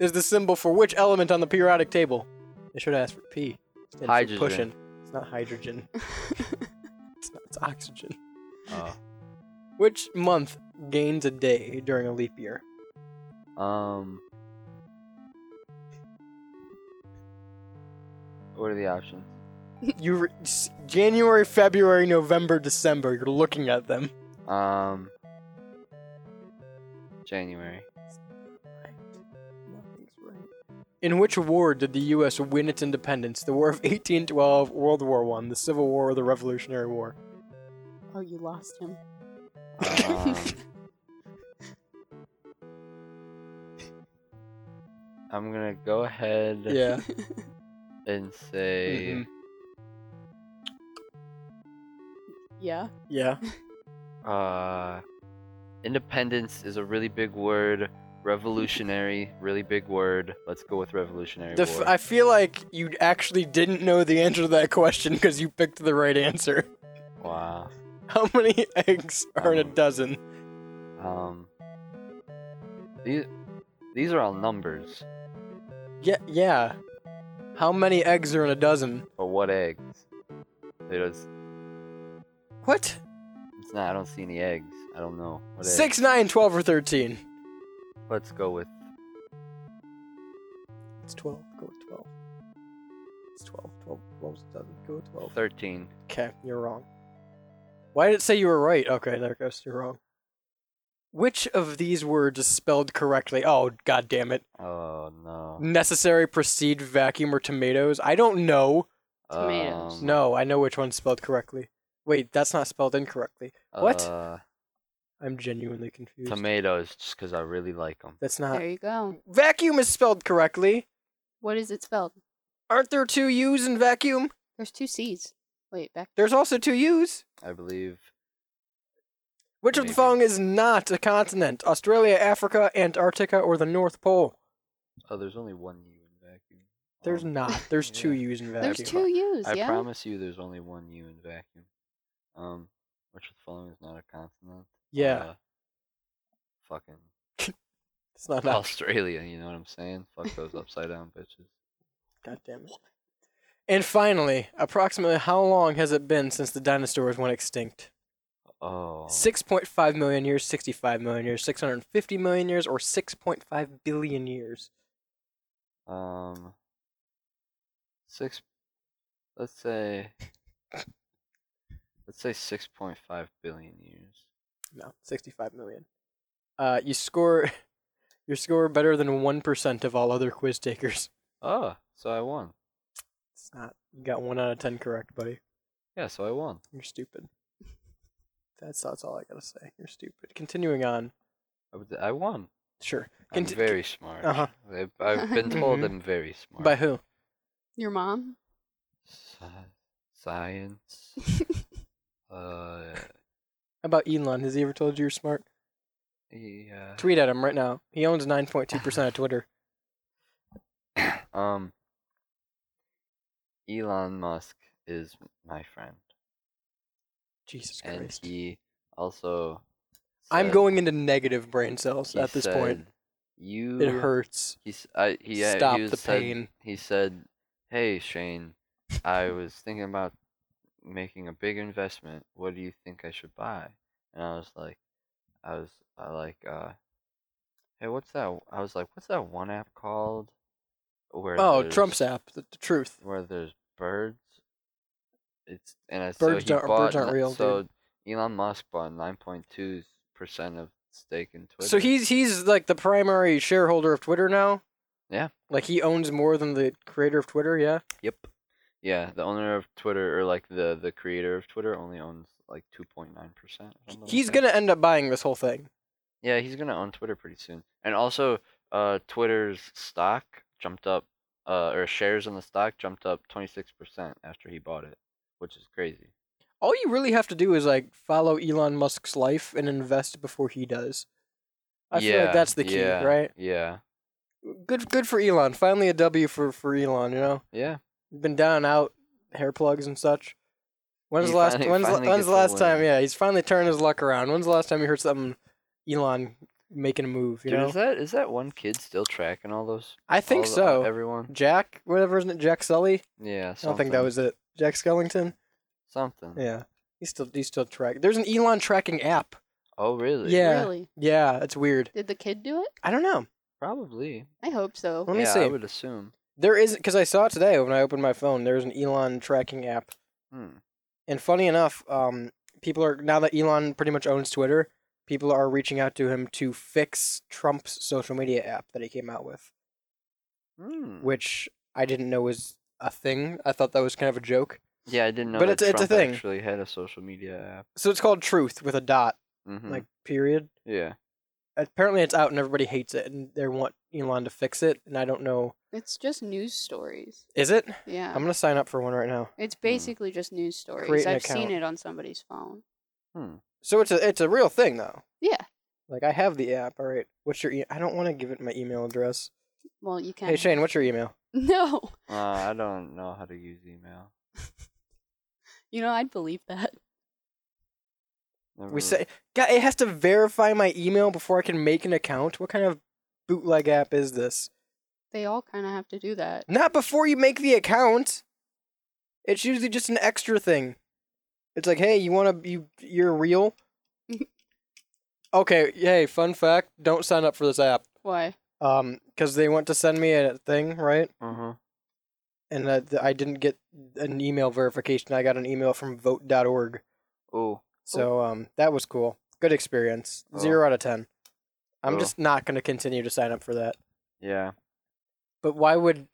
[SPEAKER 4] is the symbol for which element on the periodic table? They should ask for P. Stands for
[SPEAKER 6] Hydrogen.
[SPEAKER 4] Pushing. It's not hydrogen. it's not. It's oxygen.
[SPEAKER 6] oh.
[SPEAKER 4] Which month gains a day during a leap year?
[SPEAKER 6] Um. What are the options?
[SPEAKER 4] You re- s- January, February, November, December. You're looking at them.
[SPEAKER 6] Um. January.
[SPEAKER 4] In which war did the U.S. win its independence? The War of 1812, World War One, the Civil War, or the Revolutionary War?
[SPEAKER 7] Oh, you lost him.
[SPEAKER 6] Um, I'm gonna go ahead.
[SPEAKER 4] Yeah.
[SPEAKER 6] And say.
[SPEAKER 4] Mhm.
[SPEAKER 7] Yeah.
[SPEAKER 4] Yeah. Mm-hmm.
[SPEAKER 6] Uh, independence is a really big word. Revolutionary, really big word. Let's go with revolutionary.
[SPEAKER 4] The f-
[SPEAKER 6] war.
[SPEAKER 4] I feel like you actually didn't know the answer to that question because you picked the right answer.
[SPEAKER 6] wow.
[SPEAKER 4] How many eggs are in a dozen?
[SPEAKER 6] Um. These these are all numbers.
[SPEAKER 4] Yeah, yeah. How many eggs are in a dozen?
[SPEAKER 6] But what eggs? It is.
[SPEAKER 4] What?
[SPEAKER 6] It's not. I don't see any eggs. I don't know. What egg?
[SPEAKER 4] Six, nine, twelve, or thirteen?
[SPEAKER 6] Let's go with.
[SPEAKER 4] It's twelve. Go with twelve. It's twelve. Twelve. Twelve's a dozen. Go with twelve.
[SPEAKER 6] 13.
[SPEAKER 4] Okay, you're wrong. Why did it say you were right? Okay, there it goes. You're wrong. Which of these words is spelled correctly? Oh, god damn it.
[SPEAKER 6] Oh no.
[SPEAKER 4] Necessary, proceed, vacuum, or tomatoes? I don't know.
[SPEAKER 6] Um,
[SPEAKER 7] Tomatoes.
[SPEAKER 4] No, I know which one's spelled correctly. Wait, that's not spelled incorrectly. What?
[SPEAKER 6] Uh,
[SPEAKER 4] I'm genuinely confused.
[SPEAKER 6] tomatoes, just because I really like them.
[SPEAKER 4] that's not.
[SPEAKER 7] There you go.
[SPEAKER 4] Vacuum is spelled correctly.
[SPEAKER 7] What is it spelled?
[SPEAKER 4] Aren't there two U's in vacuum?
[SPEAKER 7] There's two C's. Wait, back.
[SPEAKER 4] There's also two U's.
[SPEAKER 6] I believe.
[SPEAKER 4] Which of the following is not a continent? Australia, Africa, Antarctica, or the North Pole?
[SPEAKER 6] Oh, there's only one U in vacuum. Um,
[SPEAKER 4] There's not. There's two U's in vacuum.
[SPEAKER 7] There's two U's.
[SPEAKER 6] I
[SPEAKER 7] yeah.
[SPEAKER 6] promise you, there's only one U in vacuum. Um, which of the following is not a continent?
[SPEAKER 4] Yeah.
[SPEAKER 6] Uh, fucking
[SPEAKER 4] It's not that.
[SPEAKER 6] Australia. You know what I'm saying? Fuck those upside down bitches.
[SPEAKER 4] God damn it. And finally, approximately how long has it been since the dinosaurs went extinct?
[SPEAKER 6] Oh.
[SPEAKER 4] 6.5 million years, 65 million years, 650 million years, or 6.5 billion years?
[SPEAKER 6] Um. Six. Let's say. Let's say six point five billion years.
[SPEAKER 4] No, 65 million. Uh, you score your score better than 1% of all other quiz takers.
[SPEAKER 6] Oh, so I won.
[SPEAKER 4] It's not. You got 1 out of 10 correct, buddy.
[SPEAKER 6] Yeah, so I won.
[SPEAKER 4] You're stupid. That's that's all I got to say. You're stupid. Continuing on.
[SPEAKER 6] I was- I won.
[SPEAKER 4] Sure.
[SPEAKER 6] I'm
[SPEAKER 4] Conti-
[SPEAKER 6] very smart.
[SPEAKER 4] Uh-huh.
[SPEAKER 6] I've, I've been told
[SPEAKER 4] Mhm.
[SPEAKER 6] I'm very smart.
[SPEAKER 4] By who?
[SPEAKER 7] Your mom?
[SPEAKER 6] Sci- Science. uh,
[SPEAKER 4] How about Elon? Has he ever told you you're smart?
[SPEAKER 6] yeah.
[SPEAKER 4] Tweet at him right now. He owns 9.2% of Twitter.
[SPEAKER 6] Um, Elon Musk is my friend,
[SPEAKER 4] Jesus
[SPEAKER 6] and
[SPEAKER 4] Christ.
[SPEAKER 6] he also.
[SPEAKER 4] I'm
[SPEAKER 6] said-
[SPEAKER 4] going into negative brain cells
[SPEAKER 6] he
[SPEAKER 4] at this point.
[SPEAKER 6] said, You.
[SPEAKER 4] It hurts.
[SPEAKER 6] He's. I. He. uh, he
[SPEAKER 4] Stop
[SPEAKER 6] was
[SPEAKER 4] the
[SPEAKER 6] said-
[SPEAKER 4] pain.
[SPEAKER 6] he said, "Hey Shane, I was thinking about making a big investment. What do you think I should buy?" And I was like, I was. I like. uh Hey, what's that? I was like, what's that one app called? Where
[SPEAKER 4] Oh,
[SPEAKER 6] there's-
[SPEAKER 4] Trump's app. The, the truth.
[SPEAKER 6] where there's birds. It's and I
[SPEAKER 4] Birds
[SPEAKER 6] so he
[SPEAKER 4] don't- birds
[SPEAKER 6] bought
[SPEAKER 4] aren't
[SPEAKER 6] ni-
[SPEAKER 4] real,
[SPEAKER 6] So Elon Musk bought nine point two percent of stake in Twitter.
[SPEAKER 4] So he's he's like the primary shareholder of Twitter now.
[SPEAKER 6] yeah
[SPEAKER 4] Like he owns more than the creator of Twitter. Yeah.
[SPEAKER 6] yep yeah the owner of Twitter or like the the creator of Twitter only owns like two point nine percent.
[SPEAKER 4] He's gonna end up buying this whole thing.
[SPEAKER 6] yeah he's gonna own Twitter pretty soon. And also, uh, Twitter's stock jumped up, uh, or shares in the stock jumped up twenty six percent after he bought it, which is crazy.
[SPEAKER 4] All you really have to do is like follow Elon Musk's life and invest before he does. I feel
[SPEAKER 6] Yeah,
[SPEAKER 4] like that's the key,
[SPEAKER 6] yeah,
[SPEAKER 4] right?
[SPEAKER 6] Yeah,
[SPEAKER 4] Good good for Elon. Finally a W for for Elon. You know,
[SPEAKER 6] yeah.
[SPEAKER 4] been down and out, hair plugs and such. When's
[SPEAKER 6] He
[SPEAKER 4] the last?
[SPEAKER 6] finally-
[SPEAKER 4] when's
[SPEAKER 6] finally
[SPEAKER 4] the, when's
[SPEAKER 6] gets
[SPEAKER 4] the
[SPEAKER 6] a
[SPEAKER 4] last
[SPEAKER 6] win.
[SPEAKER 4] time? Yeah, he's finally turned his luck around. When's the last time you heard something Elon making a move? You
[SPEAKER 6] Dude,
[SPEAKER 4] know,
[SPEAKER 6] is that is that one kid still tracking all those?
[SPEAKER 4] I think
[SPEAKER 6] all the-
[SPEAKER 4] so.
[SPEAKER 6] Everyone.
[SPEAKER 4] Jack, whatever isn't it, Jack Sully?
[SPEAKER 6] Yeah.
[SPEAKER 4] I don't think that
[SPEAKER 6] something-
[SPEAKER 4] was it. Jack Skellington.
[SPEAKER 6] something.
[SPEAKER 4] Yeah, he's still he's still track. There's an Elon tracking app.
[SPEAKER 6] Oh really?
[SPEAKER 4] Yeah,
[SPEAKER 7] Really?
[SPEAKER 4] yeah, it's weird.
[SPEAKER 7] Did the kid do it?
[SPEAKER 4] I don't know.
[SPEAKER 6] Probably.
[SPEAKER 7] I hope so.
[SPEAKER 4] Let me
[SPEAKER 6] yeah,
[SPEAKER 4] see.
[SPEAKER 6] I would assume.
[SPEAKER 4] There is because I saw it today when I opened my phone. There's an Elon tracking app,
[SPEAKER 6] Hmm.
[SPEAKER 4] and funny enough, um, people are now that Elon pretty much owns Twitter. People are reaching out to him to fix Trump's social media app that he came out with,
[SPEAKER 6] Hmm.
[SPEAKER 4] which I didn't know was a thing. I thought that was kind of a joke.
[SPEAKER 6] Yeah, I didn't know.
[SPEAKER 4] But
[SPEAKER 6] that
[SPEAKER 4] it's- it's a
[SPEAKER 6] Trump
[SPEAKER 4] thing.
[SPEAKER 6] Actually, had a social media app.
[SPEAKER 4] So it's called Truth with a dot,
[SPEAKER 6] Mm-hmm.
[SPEAKER 4] like period.
[SPEAKER 6] yeah.
[SPEAKER 4] apparently it's out and everybody hates it and they want Elon to fix it and I don't know
[SPEAKER 7] It's just news stories.
[SPEAKER 4] is it?
[SPEAKER 7] Yeah.
[SPEAKER 4] I'm gonna sign up for one right now.
[SPEAKER 7] It's basically just news stories.
[SPEAKER 4] Create an
[SPEAKER 7] I've seen
[SPEAKER 4] account.
[SPEAKER 7] it on somebody's phone.
[SPEAKER 6] Hmm.
[SPEAKER 4] So it's a it's a real thing though.
[SPEAKER 7] Yeah.
[SPEAKER 4] Like I have the app. All right. What's your? E- I don't want to give it my email address.
[SPEAKER 7] Well, you can.
[SPEAKER 4] Hey Shane, what's your email?
[SPEAKER 7] No.
[SPEAKER 6] Uh, I don't know how to use email.
[SPEAKER 7] You know, I'd believe that.
[SPEAKER 6] Never
[SPEAKER 4] We
[SPEAKER 6] really-
[SPEAKER 4] say God, it has to verify my email before I can make an account. What kind of bootleg app is this?
[SPEAKER 7] They all kind of have to do that.
[SPEAKER 4] Not before you make the account. It's usually just an extra thing. It's like, hey, you wanna you you're real? okay, hey, fun fact, don't sign up for this app.
[SPEAKER 7] Why?
[SPEAKER 4] Um, because they want to send me a thing, right?
[SPEAKER 6] Uh-huh.
[SPEAKER 4] And uh, th- I didn't get an email verification. I got an email from vote.org.
[SPEAKER 6] Oh.
[SPEAKER 4] So um, that was cool. Good experience.
[SPEAKER 6] Oh.
[SPEAKER 4] Zero out of ten. I'm
[SPEAKER 6] Oh.
[SPEAKER 4] just not going to continue to sign up for that.
[SPEAKER 6] Yeah.
[SPEAKER 4] But why would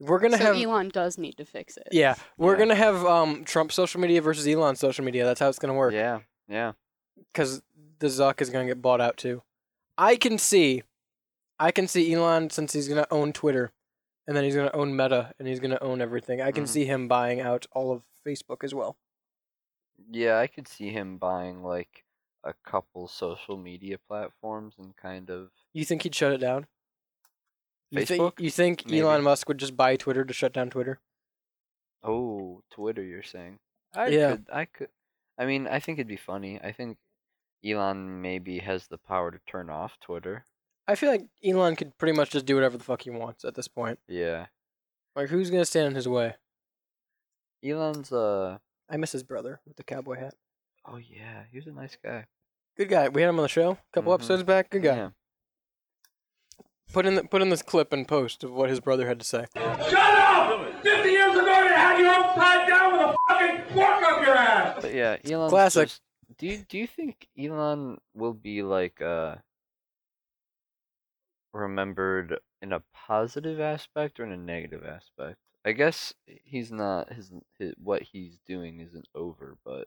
[SPEAKER 4] we're gonna
[SPEAKER 7] so
[SPEAKER 4] have?
[SPEAKER 7] Elon does need to fix it.
[SPEAKER 4] Yeah, we're gonna have um Trump social media versus Elon social media. That's how it's gonna work.
[SPEAKER 6] Yeah, yeah.
[SPEAKER 4] Because the Zuck is gonna get bought out too. I can see, I can see Elon since he's gonna own Twitter, and then he's gonna own Meta, and he's gonna own everything. I can
[SPEAKER 6] Mhm.
[SPEAKER 4] see him buying out all of Facebook as well.
[SPEAKER 6] Yeah, I could see him buying like a couple social media platforms and kind of
[SPEAKER 4] You think he'd shut it down? You think
[SPEAKER 6] Facebook?
[SPEAKER 4] you think
[SPEAKER 6] Maybe.
[SPEAKER 4] Elon Musk would just buy Twitter to shut down Twitter?
[SPEAKER 6] Oh, Twitter, you're saying? I
[SPEAKER 4] Yeah.
[SPEAKER 6] could. I could. I mean, I think it'd be funny. I think Elon maybe has the power to turn off Twitter.
[SPEAKER 4] I feel like Elon could pretty much just do whatever the fuck he wants at this point.
[SPEAKER 6] Yeah.
[SPEAKER 4] Like, who's gonna stand in his way?
[SPEAKER 6] Elon's uh.
[SPEAKER 4] I miss his brother with the cowboy hat.
[SPEAKER 6] Oh yeah, he was a nice guy.
[SPEAKER 4] Good guy. We had him on the show a couple
[SPEAKER 6] Mhm.
[SPEAKER 4] episodes back. Good guy.
[SPEAKER 6] Yeah.
[SPEAKER 4] Put in the, put in this clip and post of what his brother had to say.
[SPEAKER 15] Shut up! 50 years ago, you had your upside down with a fucking fork up your ass!
[SPEAKER 6] But yeah, Elon.
[SPEAKER 4] Classic.
[SPEAKER 6] do you do you think Elon will be like uh remembered in a positive aspect or in a negative aspect? I guess he's not his, his what he's doing isn't over, but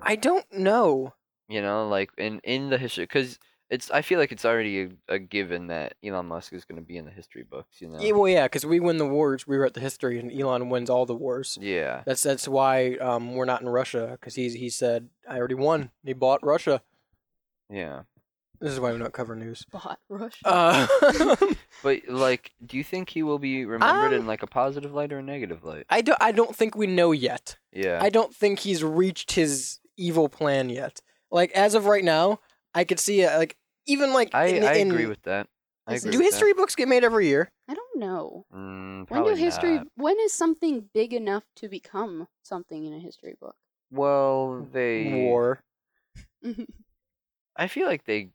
[SPEAKER 4] I don't know.
[SPEAKER 6] you know, like in in the history because. It's. I feel like it's already a, a given that Elon Musk is going to be in the history books. You know.
[SPEAKER 4] Yeah, well, yeah, because we win the wars. We wrote the history, and Elon wins all the wars.
[SPEAKER 6] Yeah.
[SPEAKER 4] That's that's why um, we're not in Russia because he's he said I already won. He bought Russia.
[SPEAKER 6] Yeah.
[SPEAKER 4] This is why we don't cover news.
[SPEAKER 7] Bot rush.
[SPEAKER 4] Uh,
[SPEAKER 6] But like, do you think he will be remembered
[SPEAKER 4] Um,
[SPEAKER 6] in like a positive light or a negative light?
[SPEAKER 4] I don't I don't think we know yet.
[SPEAKER 6] Yeah.
[SPEAKER 4] I don't think he's reached his evil plan yet. Like as of right now, I could see uh, like even like
[SPEAKER 6] I,
[SPEAKER 4] in, the-
[SPEAKER 6] I
[SPEAKER 4] in-
[SPEAKER 6] agree with that. I agree
[SPEAKER 4] do
[SPEAKER 6] with
[SPEAKER 4] history books get made every year?
[SPEAKER 7] I don't know.
[SPEAKER 6] That. Mm,
[SPEAKER 7] When do
[SPEAKER 6] probably
[SPEAKER 7] history?
[SPEAKER 6] not.
[SPEAKER 7] When is something big enough to become something in a history book?
[SPEAKER 6] Well, they
[SPEAKER 4] War.
[SPEAKER 6] I feel like they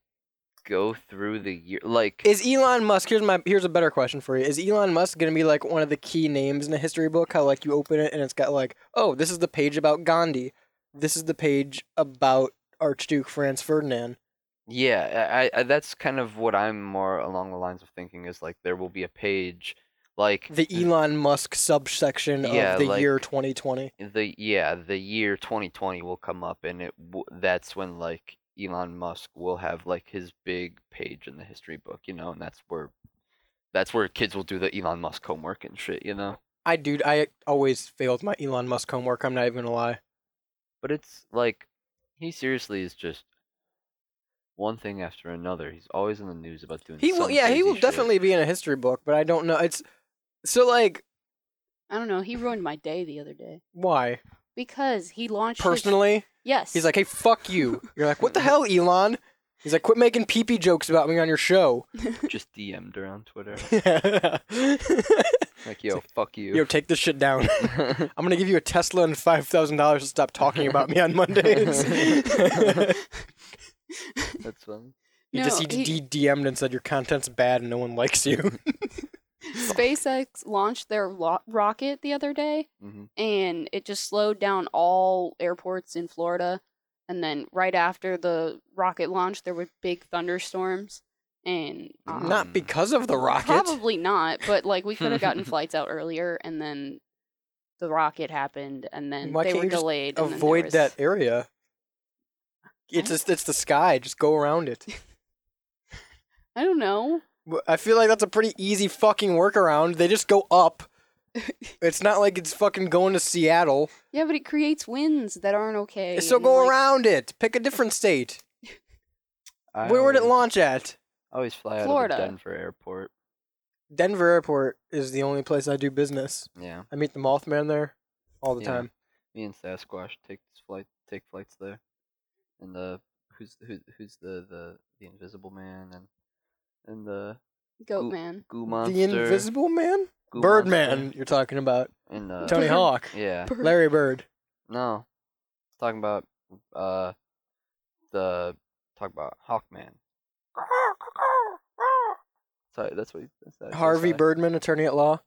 [SPEAKER 6] go through the year. Like,
[SPEAKER 4] Is Elon Musk? Here's my here's a better question for you. Is Elon Musk gonna be like one of the key names in a history book? How like you open it and it's got like, oh, this is the page about Gandhi. This is the page about Archduke Franz Ferdinand.
[SPEAKER 6] yeah, I, I that's kind of what I'm more along the lines of thinking is like there will be a page, like
[SPEAKER 4] The Elon Musk subsection
[SPEAKER 6] Yeah,
[SPEAKER 4] of the
[SPEAKER 6] like-
[SPEAKER 4] year 2020.
[SPEAKER 6] the yeah the year 2020 will come up and it w- that's when like Elon Musk will have like his big page in the history book, you know, and that's where that's where kids will do the Elon Musk homework and shit, you know.
[SPEAKER 4] I dude, I always failed my Elon Musk homework. I'm not even gonna lie.
[SPEAKER 6] But it's like he seriously is just one thing after another. He's always in the news about doing.
[SPEAKER 4] He will,
[SPEAKER 6] some
[SPEAKER 4] yeah, he
[SPEAKER 6] crazy
[SPEAKER 4] will
[SPEAKER 6] shit.
[SPEAKER 4] definitely be in a history book, but I don't know. It's so like
[SPEAKER 7] I don't know. He ruined my day the other day
[SPEAKER 4] why
[SPEAKER 7] because he launched his-
[SPEAKER 4] personally.
[SPEAKER 7] yes.
[SPEAKER 4] He's like, hey, fuck you. You're like, what the hell, Elon? He's like, quit making pee pee jokes about me on your show.
[SPEAKER 6] just DM'd her on Twitter.
[SPEAKER 4] Yo,
[SPEAKER 6] like, yo, fuck you.
[SPEAKER 4] take this shit down. I'm gonna give you a Tesla and five thousand dollars to stop talking about me on Mondays.
[SPEAKER 6] That's fun.
[SPEAKER 4] You just he,
[SPEAKER 7] No, he-
[SPEAKER 4] he DM'd and said your content's bad and no one likes you.
[SPEAKER 7] SpaceX launched their lo- rocket the other day,
[SPEAKER 6] Mhm.
[SPEAKER 7] and it just slowed down all airports in Florida. And then right after the rocket launch, there were big thunderstorms, and um,
[SPEAKER 4] Not because of the rocket.
[SPEAKER 7] Probably not, but like we could have gotten flights out earlier, and then the rocket happened, and then
[SPEAKER 4] Why
[SPEAKER 7] they
[SPEAKER 4] can't
[SPEAKER 7] were
[SPEAKER 4] you just
[SPEAKER 7] delayed. and then there
[SPEAKER 4] avoid
[SPEAKER 7] was-
[SPEAKER 4] that area. It's just it's the sky. Just go around it.
[SPEAKER 7] I don't know.
[SPEAKER 4] Wh- I feel like that's a pretty easy fucking workaround. They just go up. it's not like it's fucking going to Seattle.
[SPEAKER 7] Yeah, but it creates winds that aren't okay.
[SPEAKER 4] so
[SPEAKER 7] and,
[SPEAKER 4] go
[SPEAKER 7] like,
[SPEAKER 4] around it. Pick a different state.
[SPEAKER 6] I
[SPEAKER 4] Where would it
[SPEAKER 6] always-
[SPEAKER 4] launch at?
[SPEAKER 6] I always fly out
[SPEAKER 7] Florida.
[SPEAKER 6] of the Denver airport.
[SPEAKER 4] Denver Airport is the only place I do business.
[SPEAKER 6] Yeah.
[SPEAKER 4] I meet the Mothman there all the
[SPEAKER 6] Yeah.
[SPEAKER 4] time.
[SPEAKER 6] Me and Sasquatch take this flight, take flights there, and uh, who's who, who's the, the the Invisible Man and and the
[SPEAKER 7] Goat
[SPEAKER 6] Goo-
[SPEAKER 7] man.
[SPEAKER 6] Goo Monster,
[SPEAKER 4] The Invisible Man?
[SPEAKER 6] Goo
[SPEAKER 4] Birdman,
[SPEAKER 6] Monster.
[SPEAKER 4] you're talking about.
[SPEAKER 6] in the
[SPEAKER 4] Tony Hawk.
[SPEAKER 6] Yeah.
[SPEAKER 4] Larry Bird.
[SPEAKER 6] No, it's talking about uh the talk about Hawkman. Sorry, that's what Ah. he, that's that's
[SPEAKER 4] Harvey
[SPEAKER 6] what
[SPEAKER 4] Birdman, attorney at law.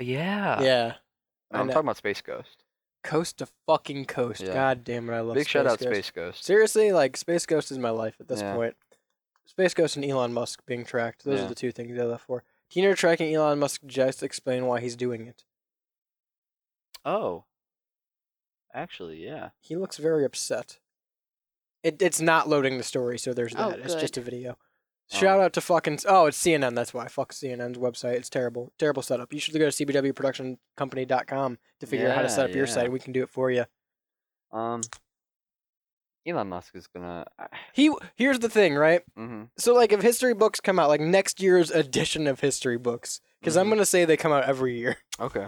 [SPEAKER 6] I- Yeah.
[SPEAKER 4] Yeah.
[SPEAKER 6] No,
[SPEAKER 4] I
[SPEAKER 6] I'm
[SPEAKER 4] know.
[SPEAKER 6] talking about Space Ghost.
[SPEAKER 4] Coast to fucking coast.
[SPEAKER 6] Yeah.
[SPEAKER 4] God damn it, I love
[SPEAKER 6] Big
[SPEAKER 4] Space
[SPEAKER 6] shout out
[SPEAKER 4] Ghost.
[SPEAKER 6] Space Ghost.
[SPEAKER 4] Seriously, like Space Ghost is my life at this
[SPEAKER 6] Yeah.
[SPEAKER 4] point. Space Ghost and Elon Musk being tracked. Those
[SPEAKER 6] Yeah.
[SPEAKER 4] are the two things I left for. Teener tracking Elon Musk just explain why he's doing it.
[SPEAKER 6] Oh. Actually, yeah.
[SPEAKER 4] He looks very upset. It, it's not loading the story, so there's
[SPEAKER 7] Oh,
[SPEAKER 4] that. it's just a
[SPEAKER 7] good.
[SPEAKER 4] video. Shout out to fucking oh, it's CNN. That's why fuck CNN's website. It's terrible, terrible setup. You should go to cbwproductioncompany.com to figure out how to
[SPEAKER 6] Yeah,
[SPEAKER 4] set up your
[SPEAKER 6] yeah.
[SPEAKER 4] site. We can do it for you.
[SPEAKER 6] Um, Elon Musk is gonna. I-
[SPEAKER 4] He here's the thing, right?
[SPEAKER 6] Mhm.
[SPEAKER 4] So like, if history books come out, like next year's edition of history books, because
[SPEAKER 6] Mm-hmm.
[SPEAKER 4] I'm gonna say they come out every year.
[SPEAKER 6] Okay.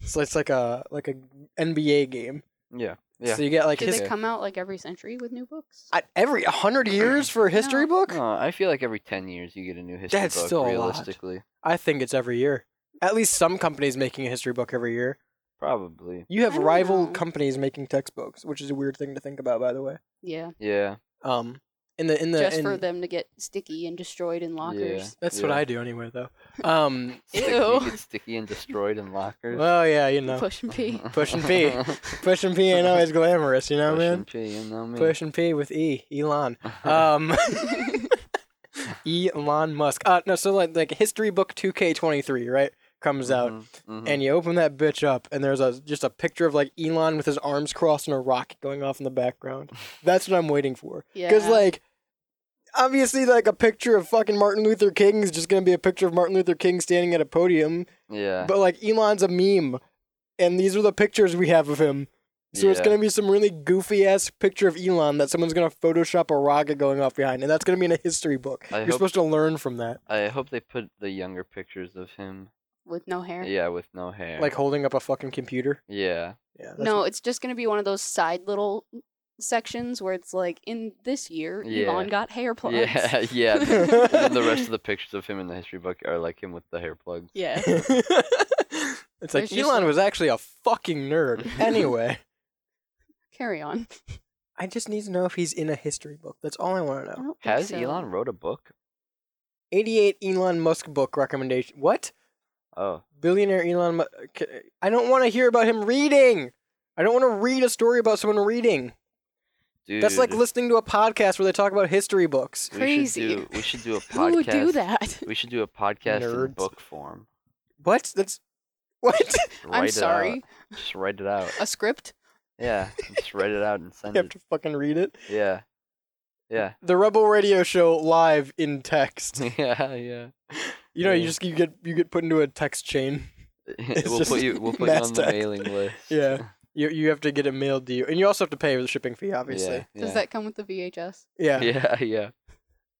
[SPEAKER 4] So it's like a like a NBA game.
[SPEAKER 6] Yeah. Yeah.
[SPEAKER 4] So you get like
[SPEAKER 7] Do
[SPEAKER 4] his
[SPEAKER 7] they come out like every century with new books?
[SPEAKER 4] I- every hundred years for a history book.
[SPEAKER 6] No, I feel like every ten years you get a new history
[SPEAKER 4] That's
[SPEAKER 6] book.
[SPEAKER 4] still a lot.
[SPEAKER 6] realistically,
[SPEAKER 4] I think it's every year. At least some companies making a history book every year.
[SPEAKER 6] probably.
[SPEAKER 4] You
[SPEAKER 7] I
[SPEAKER 4] have
[SPEAKER 7] don't
[SPEAKER 4] rival
[SPEAKER 7] know.
[SPEAKER 4] companies making textbooks, which is a weird thing to think about, by the way.
[SPEAKER 7] Yeah.
[SPEAKER 6] Yeah.
[SPEAKER 4] Um, in the in the
[SPEAKER 7] Just
[SPEAKER 4] in-
[SPEAKER 7] for them to get sticky and destroyed in lockers.
[SPEAKER 4] That's what
[SPEAKER 6] Yeah.
[SPEAKER 4] I do anyway, though. Um,
[SPEAKER 6] Stick-
[SPEAKER 7] Ew.
[SPEAKER 6] You get sticky and destroyed in lockers.
[SPEAKER 4] well, yeah, you know,
[SPEAKER 7] Push and pee.
[SPEAKER 4] push and pee, push and pee ain't always glamorous, you know,
[SPEAKER 6] Push
[SPEAKER 4] man.
[SPEAKER 6] and pee, you know me.
[SPEAKER 4] Push and P with E, Elon. Um, Elon Musk. Uh, no, so like like history book 2K23, right? Comes out,
[SPEAKER 6] Mm-hmm.
[SPEAKER 4] and you open that bitch up, and there's a just a picture of like Elon with his arms crossed and a rocket going off in the background. That's what I'm waiting for. Because
[SPEAKER 7] Yeah.
[SPEAKER 4] like. Obviously, like a picture of fucking Martin Luther King is just gonna be a picture of Martin Luther King standing at a podium,
[SPEAKER 6] Mm-hmm. Yeah.
[SPEAKER 4] but like Elon's a meme, and these are the pictures we have of him. So it's
[SPEAKER 6] Yeah.
[SPEAKER 4] gonna be some really goofy ass picture of Elon that someone's gonna Photoshop a rocket going off behind, and that's gonna be in a history book.
[SPEAKER 6] I
[SPEAKER 4] You're
[SPEAKER 6] hope-
[SPEAKER 4] supposed to learn from that,
[SPEAKER 6] I hope they put the younger pictures of him.
[SPEAKER 7] With no hair.
[SPEAKER 6] Yeah, with no hair.
[SPEAKER 4] like holding up a fucking computer.
[SPEAKER 6] Yeah.
[SPEAKER 4] Yeah. that's
[SPEAKER 7] No,
[SPEAKER 4] what-
[SPEAKER 7] it's just gonna be one of those side little sections where it's like, in this year,
[SPEAKER 6] Yeah.
[SPEAKER 7] Elon got hair plugs.
[SPEAKER 6] Yeah, yeah. and then the rest of the pictures of him in the history book are like him with the hair plugs.
[SPEAKER 7] yeah.
[SPEAKER 4] it's like
[SPEAKER 7] there's just
[SPEAKER 4] Elon
[SPEAKER 7] like-
[SPEAKER 4] was actually a fucking nerd. Anyway,
[SPEAKER 7] Carry on.
[SPEAKER 4] I just need to know if he's in a history book. That's all I want to
[SPEAKER 7] I
[SPEAKER 4] know.
[SPEAKER 7] don't think
[SPEAKER 6] Has
[SPEAKER 7] so.
[SPEAKER 6] Elon wrote a book?
[SPEAKER 4] 88 Elon Musk book recommendation. What?
[SPEAKER 6] Oh,
[SPEAKER 4] billionaire Elon. Mu- K- I don't want to hear about him reading. I don't want to read a story about someone reading.
[SPEAKER 6] dude.
[SPEAKER 4] That's like listening to a podcast where they talk about history books.
[SPEAKER 6] we should
[SPEAKER 7] Crazy.
[SPEAKER 6] do- We should do, a podcast.
[SPEAKER 7] Who would do that?
[SPEAKER 6] We should do a podcast in
[SPEAKER 4] Nerds.
[SPEAKER 6] book form.
[SPEAKER 4] What? That's what?
[SPEAKER 7] I'm
[SPEAKER 6] Write it
[SPEAKER 7] sorry.
[SPEAKER 6] out. Just write it out.
[SPEAKER 7] A script?
[SPEAKER 6] Yeah, just write it out and send
[SPEAKER 4] you have
[SPEAKER 6] it.
[SPEAKER 4] to fucking read it.
[SPEAKER 6] Yeah, yeah,
[SPEAKER 4] The Rebel Radio Show live in text.
[SPEAKER 6] yeah, yeah.
[SPEAKER 4] You know, you
[SPEAKER 6] Yeah.
[SPEAKER 4] just you get you get put into a text chain.
[SPEAKER 6] we'll
[SPEAKER 4] just
[SPEAKER 6] put you. We'll put you
[SPEAKER 4] mass
[SPEAKER 6] on the
[SPEAKER 4] text.
[SPEAKER 6] mailing list.
[SPEAKER 4] Yeah. You you have to get it mailed to you, and you also have to pay the shipping fee,
[SPEAKER 6] Yeah,
[SPEAKER 4] obviously.
[SPEAKER 7] Does
[SPEAKER 6] yeah.
[SPEAKER 7] that come with the VHS?
[SPEAKER 4] Yeah.
[SPEAKER 6] Yeah, yeah.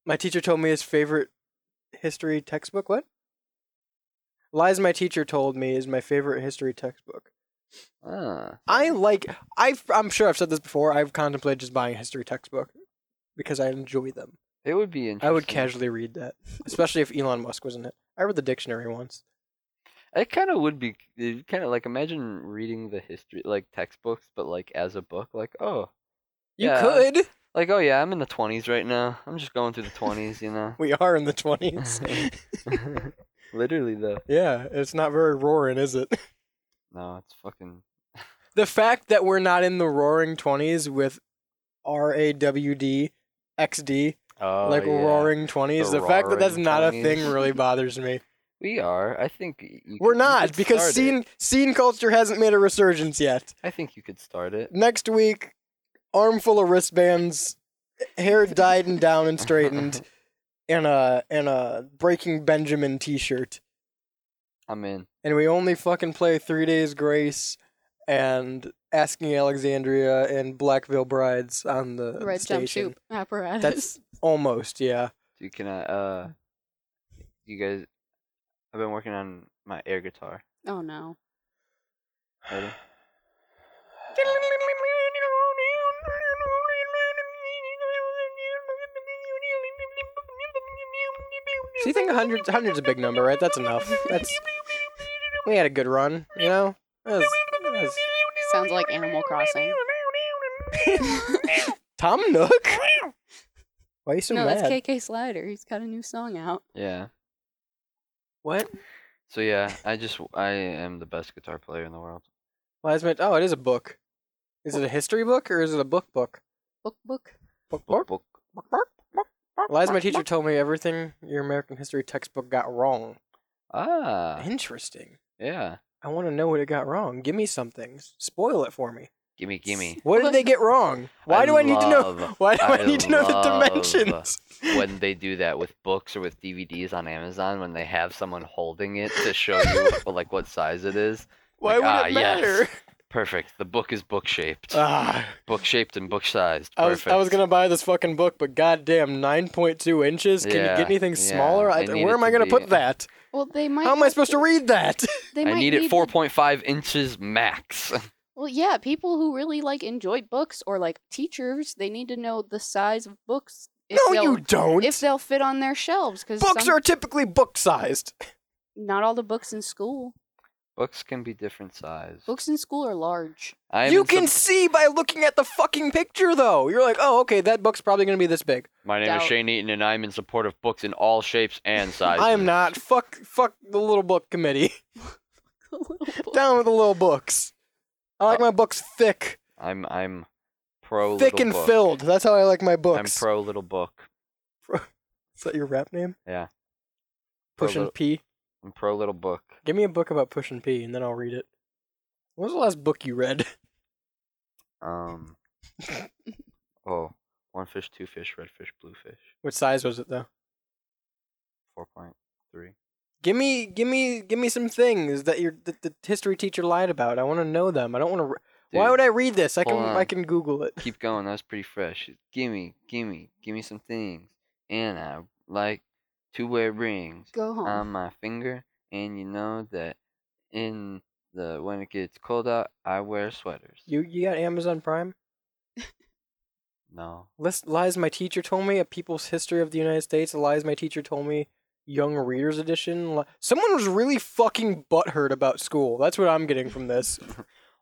[SPEAKER 4] My teacher told me his favorite history textbook. What? Lies my teacher told me is my favorite history textbook.
[SPEAKER 6] Ah,
[SPEAKER 4] I like. I I'm sure I've said this before. I've contemplated just buying a history textbook because I enjoy them.
[SPEAKER 6] it would be interesting.
[SPEAKER 4] I would casually read that, especially if Elon Musk was in it. I read the dictionary once.
[SPEAKER 6] It kind of would be. It kind of like imagine reading the history, like textbooks, but like as a book. Like, oh,
[SPEAKER 4] You
[SPEAKER 6] Yeah.
[SPEAKER 4] could.
[SPEAKER 6] like oh yeah, I'm in the twenties right now. I'm just going through the twenties, you know.
[SPEAKER 4] We are in the twenties.
[SPEAKER 6] Literally though.
[SPEAKER 4] yeah, it's not very roaring, is it?
[SPEAKER 6] No, it's fucking.
[SPEAKER 4] The fact that we're not in the roaring twenties with R A W D X D
[SPEAKER 6] Oh,
[SPEAKER 4] like
[SPEAKER 6] yeah.
[SPEAKER 4] roaring twenties.
[SPEAKER 6] The
[SPEAKER 4] The, fact that that's
[SPEAKER 6] roaring
[SPEAKER 4] not a
[SPEAKER 6] 20s.
[SPEAKER 4] thing really bothers me.
[SPEAKER 6] We are. I think y- you
[SPEAKER 4] We're
[SPEAKER 6] could- you
[SPEAKER 4] not
[SPEAKER 6] could
[SPEAKER 4] because
[SPEAKER 6] start it.
[SPEAKER 4] scene scene culture hasn't made a resurgence yet.
[SPEAKER 6] I think you could start it.
[SPEAKER 4] next week, armful of wristbands, hair dyed and down and straightened, and a and a Breaking Benjamin T-shirt.
[SPEAKER 6] I'm in.
[SPEAKER 4] And we only fucking play Three Days Grace and Asking Alexandria and Blackville Brides on the
[SPEAKER 7] Red
[SPEAKER 4] station.
[SPEAKER 7] jumpsuit apparatus.
[SPEAKER 4] That's almost yeah.
[SPEAKER 6] Dude, can I? Uh, you guys. I've been working on my air guitar.
[SPEAKER 7] Oh no.
[SPEAKER 6] Ready?
[SPEAKER 4] So you think a hundred hundred's a big number, right? That's enough. That's we had a good run, you know.
[SPEAKER 7] Sounds like Animal Crossing.
[SPEAKER 4] Tom Nook? Why are you so
[SPEAKER 7] no,
[SPEAKER 4] mad?
[SPEAKER 7] that's KK Slider. He's got a new song out.
[SPEAKER 6] Yeah.
[SPEAKER 4] What?
[SPEAKER 6] So yeah, I just I am the best guitar player in the world.
[SPEAKER 4] Why is it? Oh, it is a book. Is it a history book or is it a book book?
[SPEAKER 7] Book book.
[SPEAKER 4] Book book. book. Lies, my teacher told me everything your American history textbook got wrong.
[SPEAKER 6] Ah.
[SPEAKER 4] Interesting.
[SPEAKER 6] Yeah.
[SPEAKER 4] I want to know what it got wrong. Give me something. Spoil it for me.
[SPEAKER 6] Gimme, gimme.
[SPEAKER 4] What did they get wrong? Why do I need to know?
[SPEAKER 6] love-
[SPEAKER 4] Why do I, need to know the
[SPEAKER 6] love
[SPEAKER 4] dimensions?
[SPEAKER 6] When they do that with books or with DVDs on Amazon, when they have someone holding it to show you like what size it is.
[SPEAKER 4] Why
[SPEAKER 6] like,
[SPEAKER 4] would it
[SPEAKER 6] ah, yes.
[SPEAKER 4] matter?"
[SPEAKER 6] Perfect. The book is book shaped.
[SPEAKER 4] Ah.
[SPEAKER 6] Book shaped and book sized.
[SPEAKER 4] I was
[SPEAKER 6] Perfect.
[SPEAKER 4] I was gonna buy this fucking book, but goddamn, nine point two inches. Can
[SPEAKER 6] Yeah,
[SPEAKER 4] you get anything
[SPEAKER 6] yeah.
[SPEAKER 4] smaller? I,
[SPEAKER 6] I need
[SPEAKER 4] where
[SPEAKER 6] it
[SPEAKER 4] am I
[SPEAKER 6] to
[SPEAKER 4] gonna
[SPEAKER 6] be-
[SPEAKER 4] put that?
[SPEAKER 7] Well, they might.
[SPEAKER 4] How am I supposed to read that?
[SPEAKER 7] They
[SPEAKER 6] I
[SPEAKER 7] might
[SPEAKER 6] need it
[SPEAKER 7] need-
[SPEAKER 6] 4.5 inches max.
[SPEAKER 7] Well, yeah, people who really like enjoy books or like teachers, they need to know the size of books. If
[SPEAKER 4] No, you
[SPEAKER 7] they'll-
[SPEAKER 4] don't.
[SPEAKER 7] If they'll fit on their shelves, because
[SPEAKER 4] Books are typically book sized.
[SPEAKER 7] not all the books in school.
[SPEAKER 6] Books can be different size.
[SPEAKER 7] Books in school are large.
[SPEAKER 6] I am
[SPEAKER 4] You
[SPEAKER 6] in
[SPEAKER 4] can
[SPEAKER 6] some-
[SPEAKER 4] see by looking at the fucking picture, though. You're like, oh, okay, that book's probably gonna be this big.
[SPEAKER 6] My name
[SPEAKER 4] Doubt.
[SPEAKER 6] is Shane Eaton, and I'm in support of books in all shapes and sizes.
[SPEAKER 4] I am not. Fuck, fuck the little book committee. Down with the little books. I like my books thick,
[SPEAKER 6] I'm I'm pro
[SPEAKER 4] thick
[SPEAKER 6] Little
[SPEAKER 4] and
[SPEAKER 6] Book.
[SPEAKER 4] filled. That's how I like my
[SPEAKER 6] I'm
[SPEAKER 4] books.
[SPEAKER 6] pro Little Book.
[SPEAKER 4] Is that your rap name?
[SPEAKER 6] Yeah. Pro
[SPEAKER 4] Push and
[SPEAKER 6] Little-
[SPEAKER 4] P.
[SPEAKER 6] I'm pro Little Book.
[SPEAKER 4] Give me a book about Push and P, and then I'll read it. What was the last book you read?
[SPEAKER 6] Um. oh, one fish, two fish, red fish, blue fish.
[SPEAKER 4] What size was it though?
[SPEAKER 6] Four point three.
[SPEAKER 4] Give me, give me, give me some things that your that the history teacher lied about. I want to know them. I don't want to. Re- Why
[SPEAKER 6] Dude,
[SPEAKER 4] would I read this? I can,
[SPEAKER 6] hold on.
[SPEAKER 4] I can Google it.
[SPEAKER 6] Keep going. That was pretty fresh. Gimme, gimme, gimme some things. And I like to wear rings
[SPEAKER 7] Go home.
[SPEAKER 6] on my finger. And you know that in the when it gets cold out, I wear sweaters.
[SPEAKER 4] You, you got Amazon Prime?
[SPEAKER 6] No.
[SPEAKER 4] List lies my teacher told me a People's History of the United States. Lies my teacher told me Young Readers Edition. Li- Someone was really fucking butthurt about school. That's what I'm getting from this.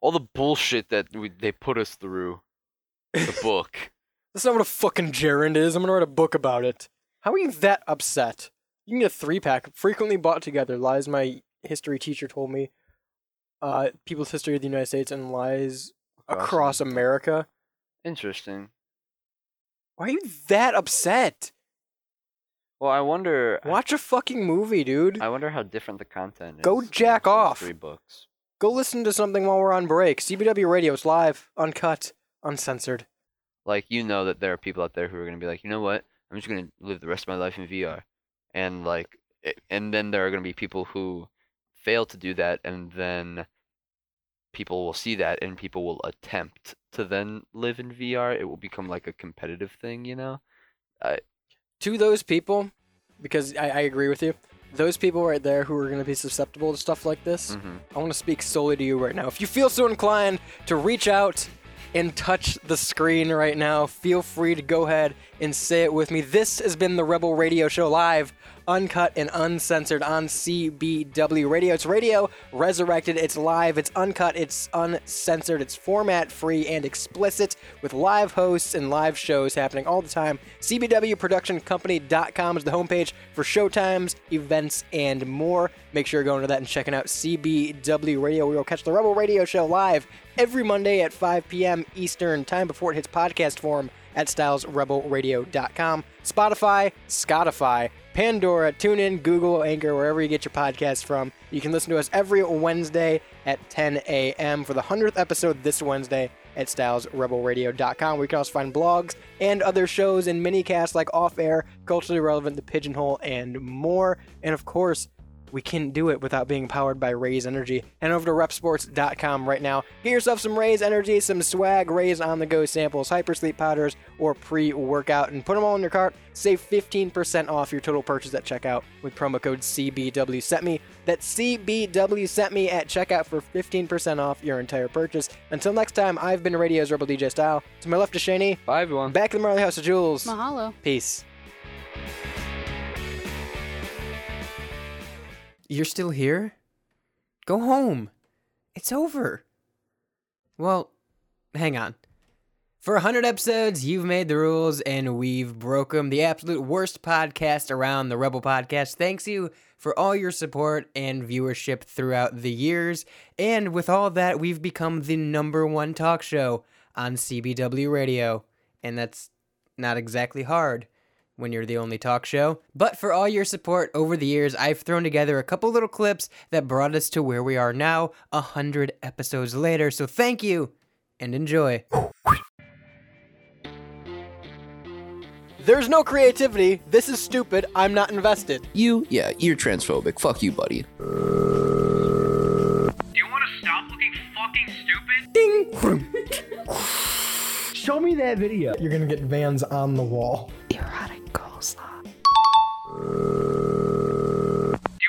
[SPEAKER 6] All the bullshit that we, they put us through. The book.
[SPEAKER 4] That's not what a fucking gerund is. I'm gonna write a book about it. How are you that upset? You can get a three pack frequently bought together. Lies my history teacher told me. Uh, People's History of the United States and Lies
[SPEAKER 6] Across
[SPEAKER 4] Across America.
[SPEAKER 6] Interesting.
[SPEAKER 4] Why are you that upset?
[SPEAKER 6] Well, I wonder.
[SPEAKER 4] Watch a fucking movie, dude.
[SPEAKER 6] I wonder how different the content is.
[SPEAKER 4] Go jack off.
[SPEAKER 6] Three books.
[SPEAKER 4] Go listen to something while we're on break. CBW Radio is live, uncut, uncensored.
[SPEAKER 6] Like you know that there are people out there who are gonna be like, you know what? I'm just gonna live the rest of my life in VR, and like, it, and then there are gonna be people who fail to do that, and then people will see that, and people will attempt to then live in VR. It will become like a competitive thing, you know? I
[SPEAKER 4] To those people, because I, I agree with you, those people right there who are going to be susceptible to stuff like this, I want to speak solely to you right now. If you feel so inclined to reach out and touch the screen right now, feel free to go ahead and say it with me. This has been the Rebel Radio Show live, uncut and uncensored on CBW Radio. It's radio resurrected, it's live, it's uncut, it's uncensored, it's format free and explicit with live hosts and live shows happening all the time. CBWProductionCompany.com is the homepage for showtimes, events, and more. Make sure you're going to that and checking out CBW Radio. We will catch the Rebel Radio Show live every Monday at 5 p.m. Eastern time before it hits podcast form at stylesrebelradio.com, Spotify, Spotify, Pandora, TuneIn, Google, Anchor, wherever you get your podcasts from. You can listen to us every Wednesday at 10 a.m. for the 100th episode this Wednesday at stylesrebelradio.com. We can also find blogs and other shows and minicasts like Off Air, Culturally Relevant, The Pigeonhole, and more. And of course, we can't do it without being powered by Raise Energy. Head over to repsports.com right now. Get yourself some Raise Energy, some swag, Raise on the go samples, hypersleep powders, or pre workout, and put them all in your cart. Save 15% off your total purchase at checkout with promo code CBW Sent Me. E. That's CBW Sent Me E at checkout for 15% off your entire purchase. Until next time, I've been Radio's Rebel DJ Style. To my left is Shaney.
[SPEAKER 6] Bye, everyone.
[SPEAKER 4] Back in the Marley House of Jewels.
[SPEAKER 7] Mahalo.
[SPEAKER 4] Peace.
[SPEAKER 12] You're still here? Go home. It's over. Well, hang on. For 100 episodes, you've made the rules and we've broke them. The absolute worst podcast around, the Rebel Podcast. Thanks you for all your support and viewership throughout the years. And with all that, we've become the number one talk show on CBW Radio. And that's not exactly hard when you're the only talk show. But for all your support over the years, I've thrown together a couple little clips that brought us to where we are now, 100 episodes later. So thank you and enjoy.
[SPEAKER 16] There's no creativity. This is stupid. I'm not invested.
[SPEAKER 17] You? Yeah, you're transphobic. Fuck you, buddy.
[SPEAKER 18] You want to stop looking fucking stupid?
[SPEAKER 16] Ding!
[SPEAKER 19] Show me that video.
[SPEAKER 4] You're gonna get vans on the wall.
[SPEAKER 18] Erotic coleslaw. Do you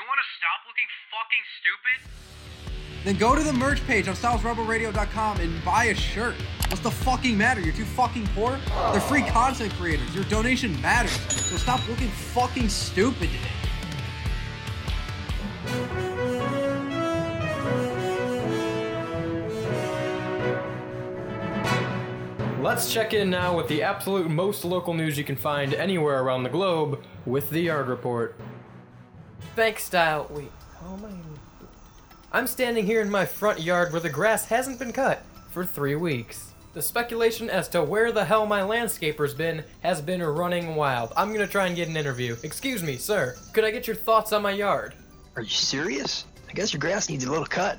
[SPEAKER 18] want to stop looking fucking stupid?
[SPEAKER 8] Then go to the merch page on StylesRebelRadio.com and buy a shirt. What's the fucking matter? You're too fucking poor? They're free content creators. Your donation matters. So stop looking fucking stupid today.
[SPEAKER 20] Let's check in now with the absolute most local news you can find anywhere around the globe with the Yard Report.
[SPEAKER 12] Thanks, Style. Wait, how am I? I'm standing here in my front yard where the grass hasn't been cut for three weeks. The speculation as to where the hell my landscaper's been has been running wild. I'm gonna try and get an interview. Excuse me, sir. Could I get your thoughts on my yard?
[SPEAKER 21] Are you serious? I guess your grass needs a little cut.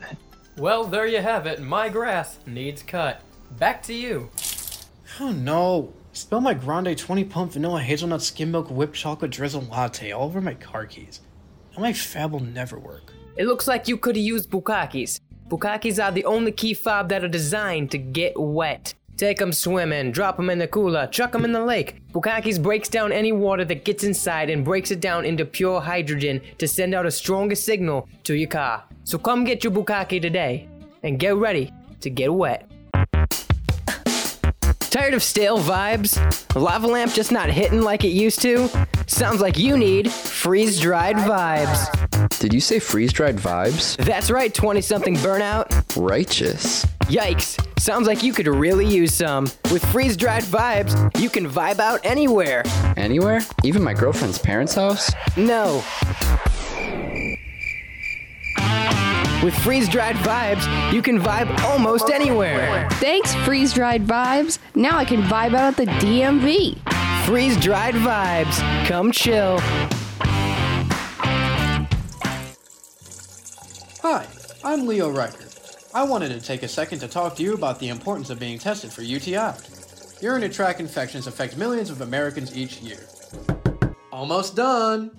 [SPEAKER 20] Well, there you have it. My grass needs cut. Back to you.
[SPEAKER 9] Oh no. Spill my grande 20 pump vanilla hazelnut skim milk whipped chocolate drizzle latte all over my car keys. Now my fab will never work.
[SPEAKER 22] It looks like you could use bukakis. Bukakis are the only key fob that are designed to get wet. Take 'em swimming, drop 'em in the cooler, chuck 'em in the lake. Bukakis breaks down any water that gets inside and breaks it down into pure hydrogen to send out a stronger signal to your car. So come get your bukaki today and get ready to get wet.
[SPEAKER 12] Tired of stale vibes? Lava lamp just not hitting like it used to? Sounds like you need freeze dried vibes.
[SPEAKER 17] Did you say freeze dried vibes?
[SPEAKER 12] That's right, 20 something burnout.
[SPEAKER 17] Righteous.
[SPEAKER 12] Yikes, sounds like you could really use some. With freeze dried vibes, you can vibe out anywhere.
[SPEAKER 17] Anywhere? Even my girlfriend's parents' house?
[SPEAKER 12] No. With freeze dried vibes, you can vibe almost anywhere.
[SPEAKER 7] Thanks, freeze dried vibes. Now I can vibe out at the DMV.
[SPEAKER 12] Freeze dried vibes. Come chill.
[SPEAKER 9] Hi, I'm Leo Riker. I wanted to take a second to talk to you about the importance of being tested for UTI. Urinary tract infections affect millions of Americans each year. Almost done!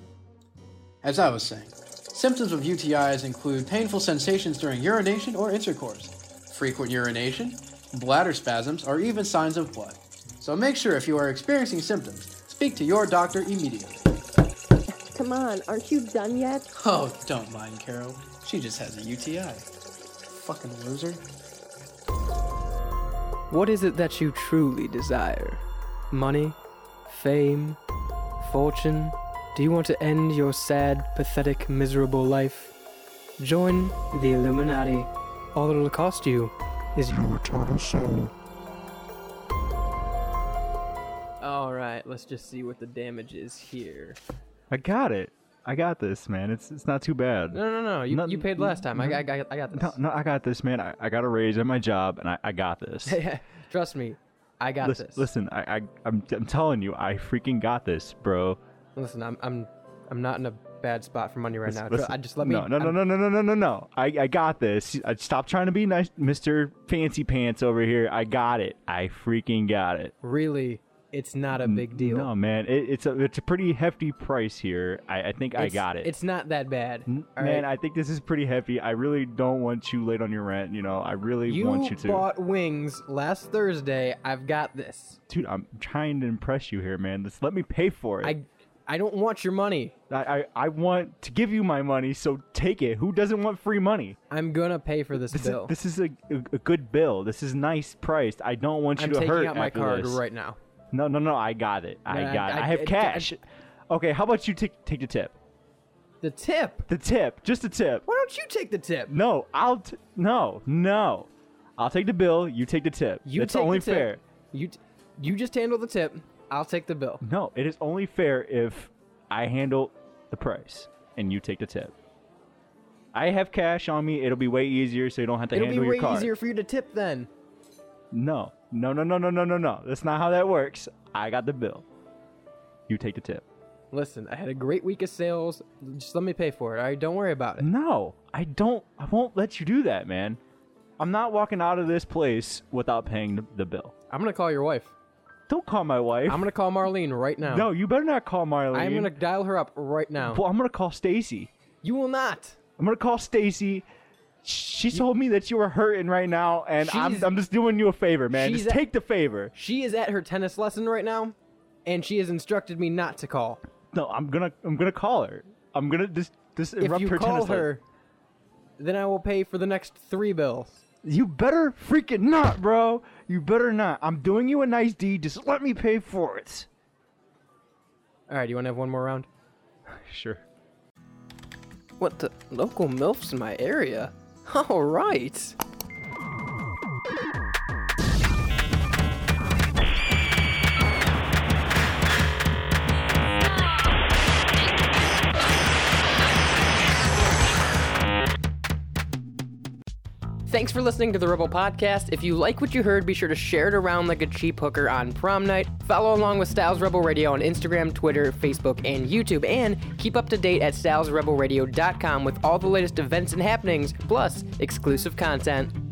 [SPEAKER 9] As I was saying, Symptoms of UTIs include painful sensations during urination or intercourse, frequent urination, bladder spasms, or even signs of blood. So make sure if you are experiencing symptoms, speak to your doctor immediately.
[SPEAKER 23] Come on, aren't you done yet?
[SPEAKER 9] Oh, don't mind Carol. She just has a UTI. Fucking loser.
[SPEAKER 24] What is it that you truly desire? Money? Fame? Fortune? Do you want to end your sad, pathetic, miserable life? Join the Illuminati. All it'll cost you is your eternal soul. Alright, let's just see what the damage is here.
[SPEAKER 15] I got it. I got this, man. It's it's not too bad.
[SPEAKER 24] No, no, no. You,
[SPEAKER 15] Not-
[SPEAKER 24] you paid last time. I, I, I, I got this.
[SPEAKER 15] No, no, I got this, man. I, I got a raise at my job, and I, I got this.
[SPEAKER 24] Trust me. I got
[SPEAKER 15] listen,
[SPEAKER 24] this.
[SPEAKER 15] listen, I, I I'm, I'm telling you, I freaking got this, bro.
[SPEAKER 24] Listen, I'm, I'm, I'm not in a bad spot for money right
[SPEAKER 15] Listen-
[SPEAKER 24] now.
[SPEAKER 15] listen.
[SPEAKER 24] I just let me.
[SPEAKER 15] No, no, no,
[SPEAKER 24] I'm-
[SPEAKER 15] no, no, no, no, no, no. I, I got this. I stop trying to be nice, Mister Fancy Pants over here. I got it. I freaking got it.
[SPEAKER 24] Really, it's not a big deal.
[SPEAKER 15] No, man, it, it's a it's a pretty hefty price here. I, I think I
[SPEAKER 24] It's-
[SPEAKER 15] got it.
[SPEAKER 24] It's not that bad. all right?
[SPEAKER 15] man, I think this is pretty hefty. I really don't want you late on your rent. You know, I really
[SPEAKER 24] you
[SPEAKER 15] want you to.
[SPEAKER 24] bought wings last Thursday. I've got this.
[SPEAKER 15] Dude, I'm trying to impress you here, man. Just let me pay for it.
[SPEAKER 24] I, I don't want your money.
[SPEAKER 15] I, I, I want to give you my money, so take it. Who doesn't want free money?
[SPEAKER 24] I'm gonna pay for this,
[SPEAKER 15] This
[SPEAKER 24] bill.
[SPEAKER 15] is, this is a, a, a good bill. This is nice priced. I don't want you
[SPEAKER 24] I'm
[SPEAKER 15] to
[SPEAKER 24] taking
[SPEAKER 15] hurt
[SPEAKER 24] out my
[SPEAKER 15] after
[SPEAKER 24] card
[SPEAKER 15] this.
[SPEAKER 24] right now.
[SPEAKER 15] No, no, no. I got it. I
[SPEAKER 24] No, I-
[SPEAKER 15] got it.
[SPEAKER 24] I-
[SPEAKER 15] I have
[SPEAKER 24] I- I-
[SPEAKER 15] cash. okay, how about you take take the tip?
[SPEAKER 12] The tip.
[SPEAKER 15] The tip. Just the tip.
[SPEAKER 12] Why don't you take the tip?
[SPEAKER 15] No, I'll t- no no. I'll take the bill. You take the tip.
[SPEAKER 12] You
[SPEAKER 15] it's
[SPEAKER 12] take
[SPEAKER 15] only
[SPEAKER 12] the tip.
[SPEAKER 15] fair.
[SPEAKER 12] You t- you just handle the tip. I'll take the bill.
[SPEAKER 15] No, it is only fair if I handle the price and you take the tip. I have cash on me. It'll be way easier, so you don't have to
[SPEAKER 12] It'll be
[SPEAKER 15] handle
[SPEAKER 12] way
[SPEAKER 15] your card.
[SPEAKER 12] easier for you to tip then.
[SPEAKER 15] No, no, no, no, no, no, no, no. That's not how that works. I got the bill. You take the tip.
[SPEAKER 12] Listen, I had a great week of sales. Just let me pay for it. All right, don't worry about it.
[SPEAKER 15] No, I don't. I won't let you do that, man. I'm not walking out of this place without paying the, the bill.
[SPEAKER 12] I'm gonna call your wife.
[SPEAKER 15] Don't call my wife.
[SPEAKER 12] I'm gonna call Marlene right now.
[SPEAKER 15] No, you better not call Marlene.
[SPEAKER 12] I'm gonna dial her up right now.
[SPEAKER 15] Well, I'm gonna call Stacy.
[SPEAKER 12] You will not.
[SPEAKER 15] I'm gonna call Stacy. She told me that you were hurting right now, and I'm,
[SPEAKER 12] She's-
[SPEAKER 15] I'm just doing you a favor, man.
[SPEAKER 12] She's
[SPEAKER 15] Just
[SPEAKER 12] at-
[SPEAKER 15] take the favor.
[SPEAKER 12] She is at her tennis lesson right now, and she has instructed me not to call.
[SPEAKER 15] No, I'm gonna I'm gonna call her. I'm gonna just just
[SPEAKER 12] If
[SPEAKER 15] interrupt
[SPEAKER 12] you
[SPEAKER 15] her
[SPEAKER 12] call
[SPEAKER 15] tennis lesson.
[SPEAKER 12] her, then I will pay for the next three bills.
[SPEAKER 15] You better freaking not, bro. You better not. I'm doing you a nice deed. Just let me pay for it.
[SPEAKER 12] All right, you want to have one more round?
[SPEAKER 15] Sure.
[SPEAKER 12] What the local milfs in my area? All right. Thanks for listening to the Rebel Podcast. If you like what you heard, be sure to share it around like a cheap hooker on prom night. Follow along with Styles Rebel Radio on Instagram, Twitter, Facebook, and YouTube. And keep up to date at StylesRebelRadio.com with all the latest events and happenings, plus exclusive content.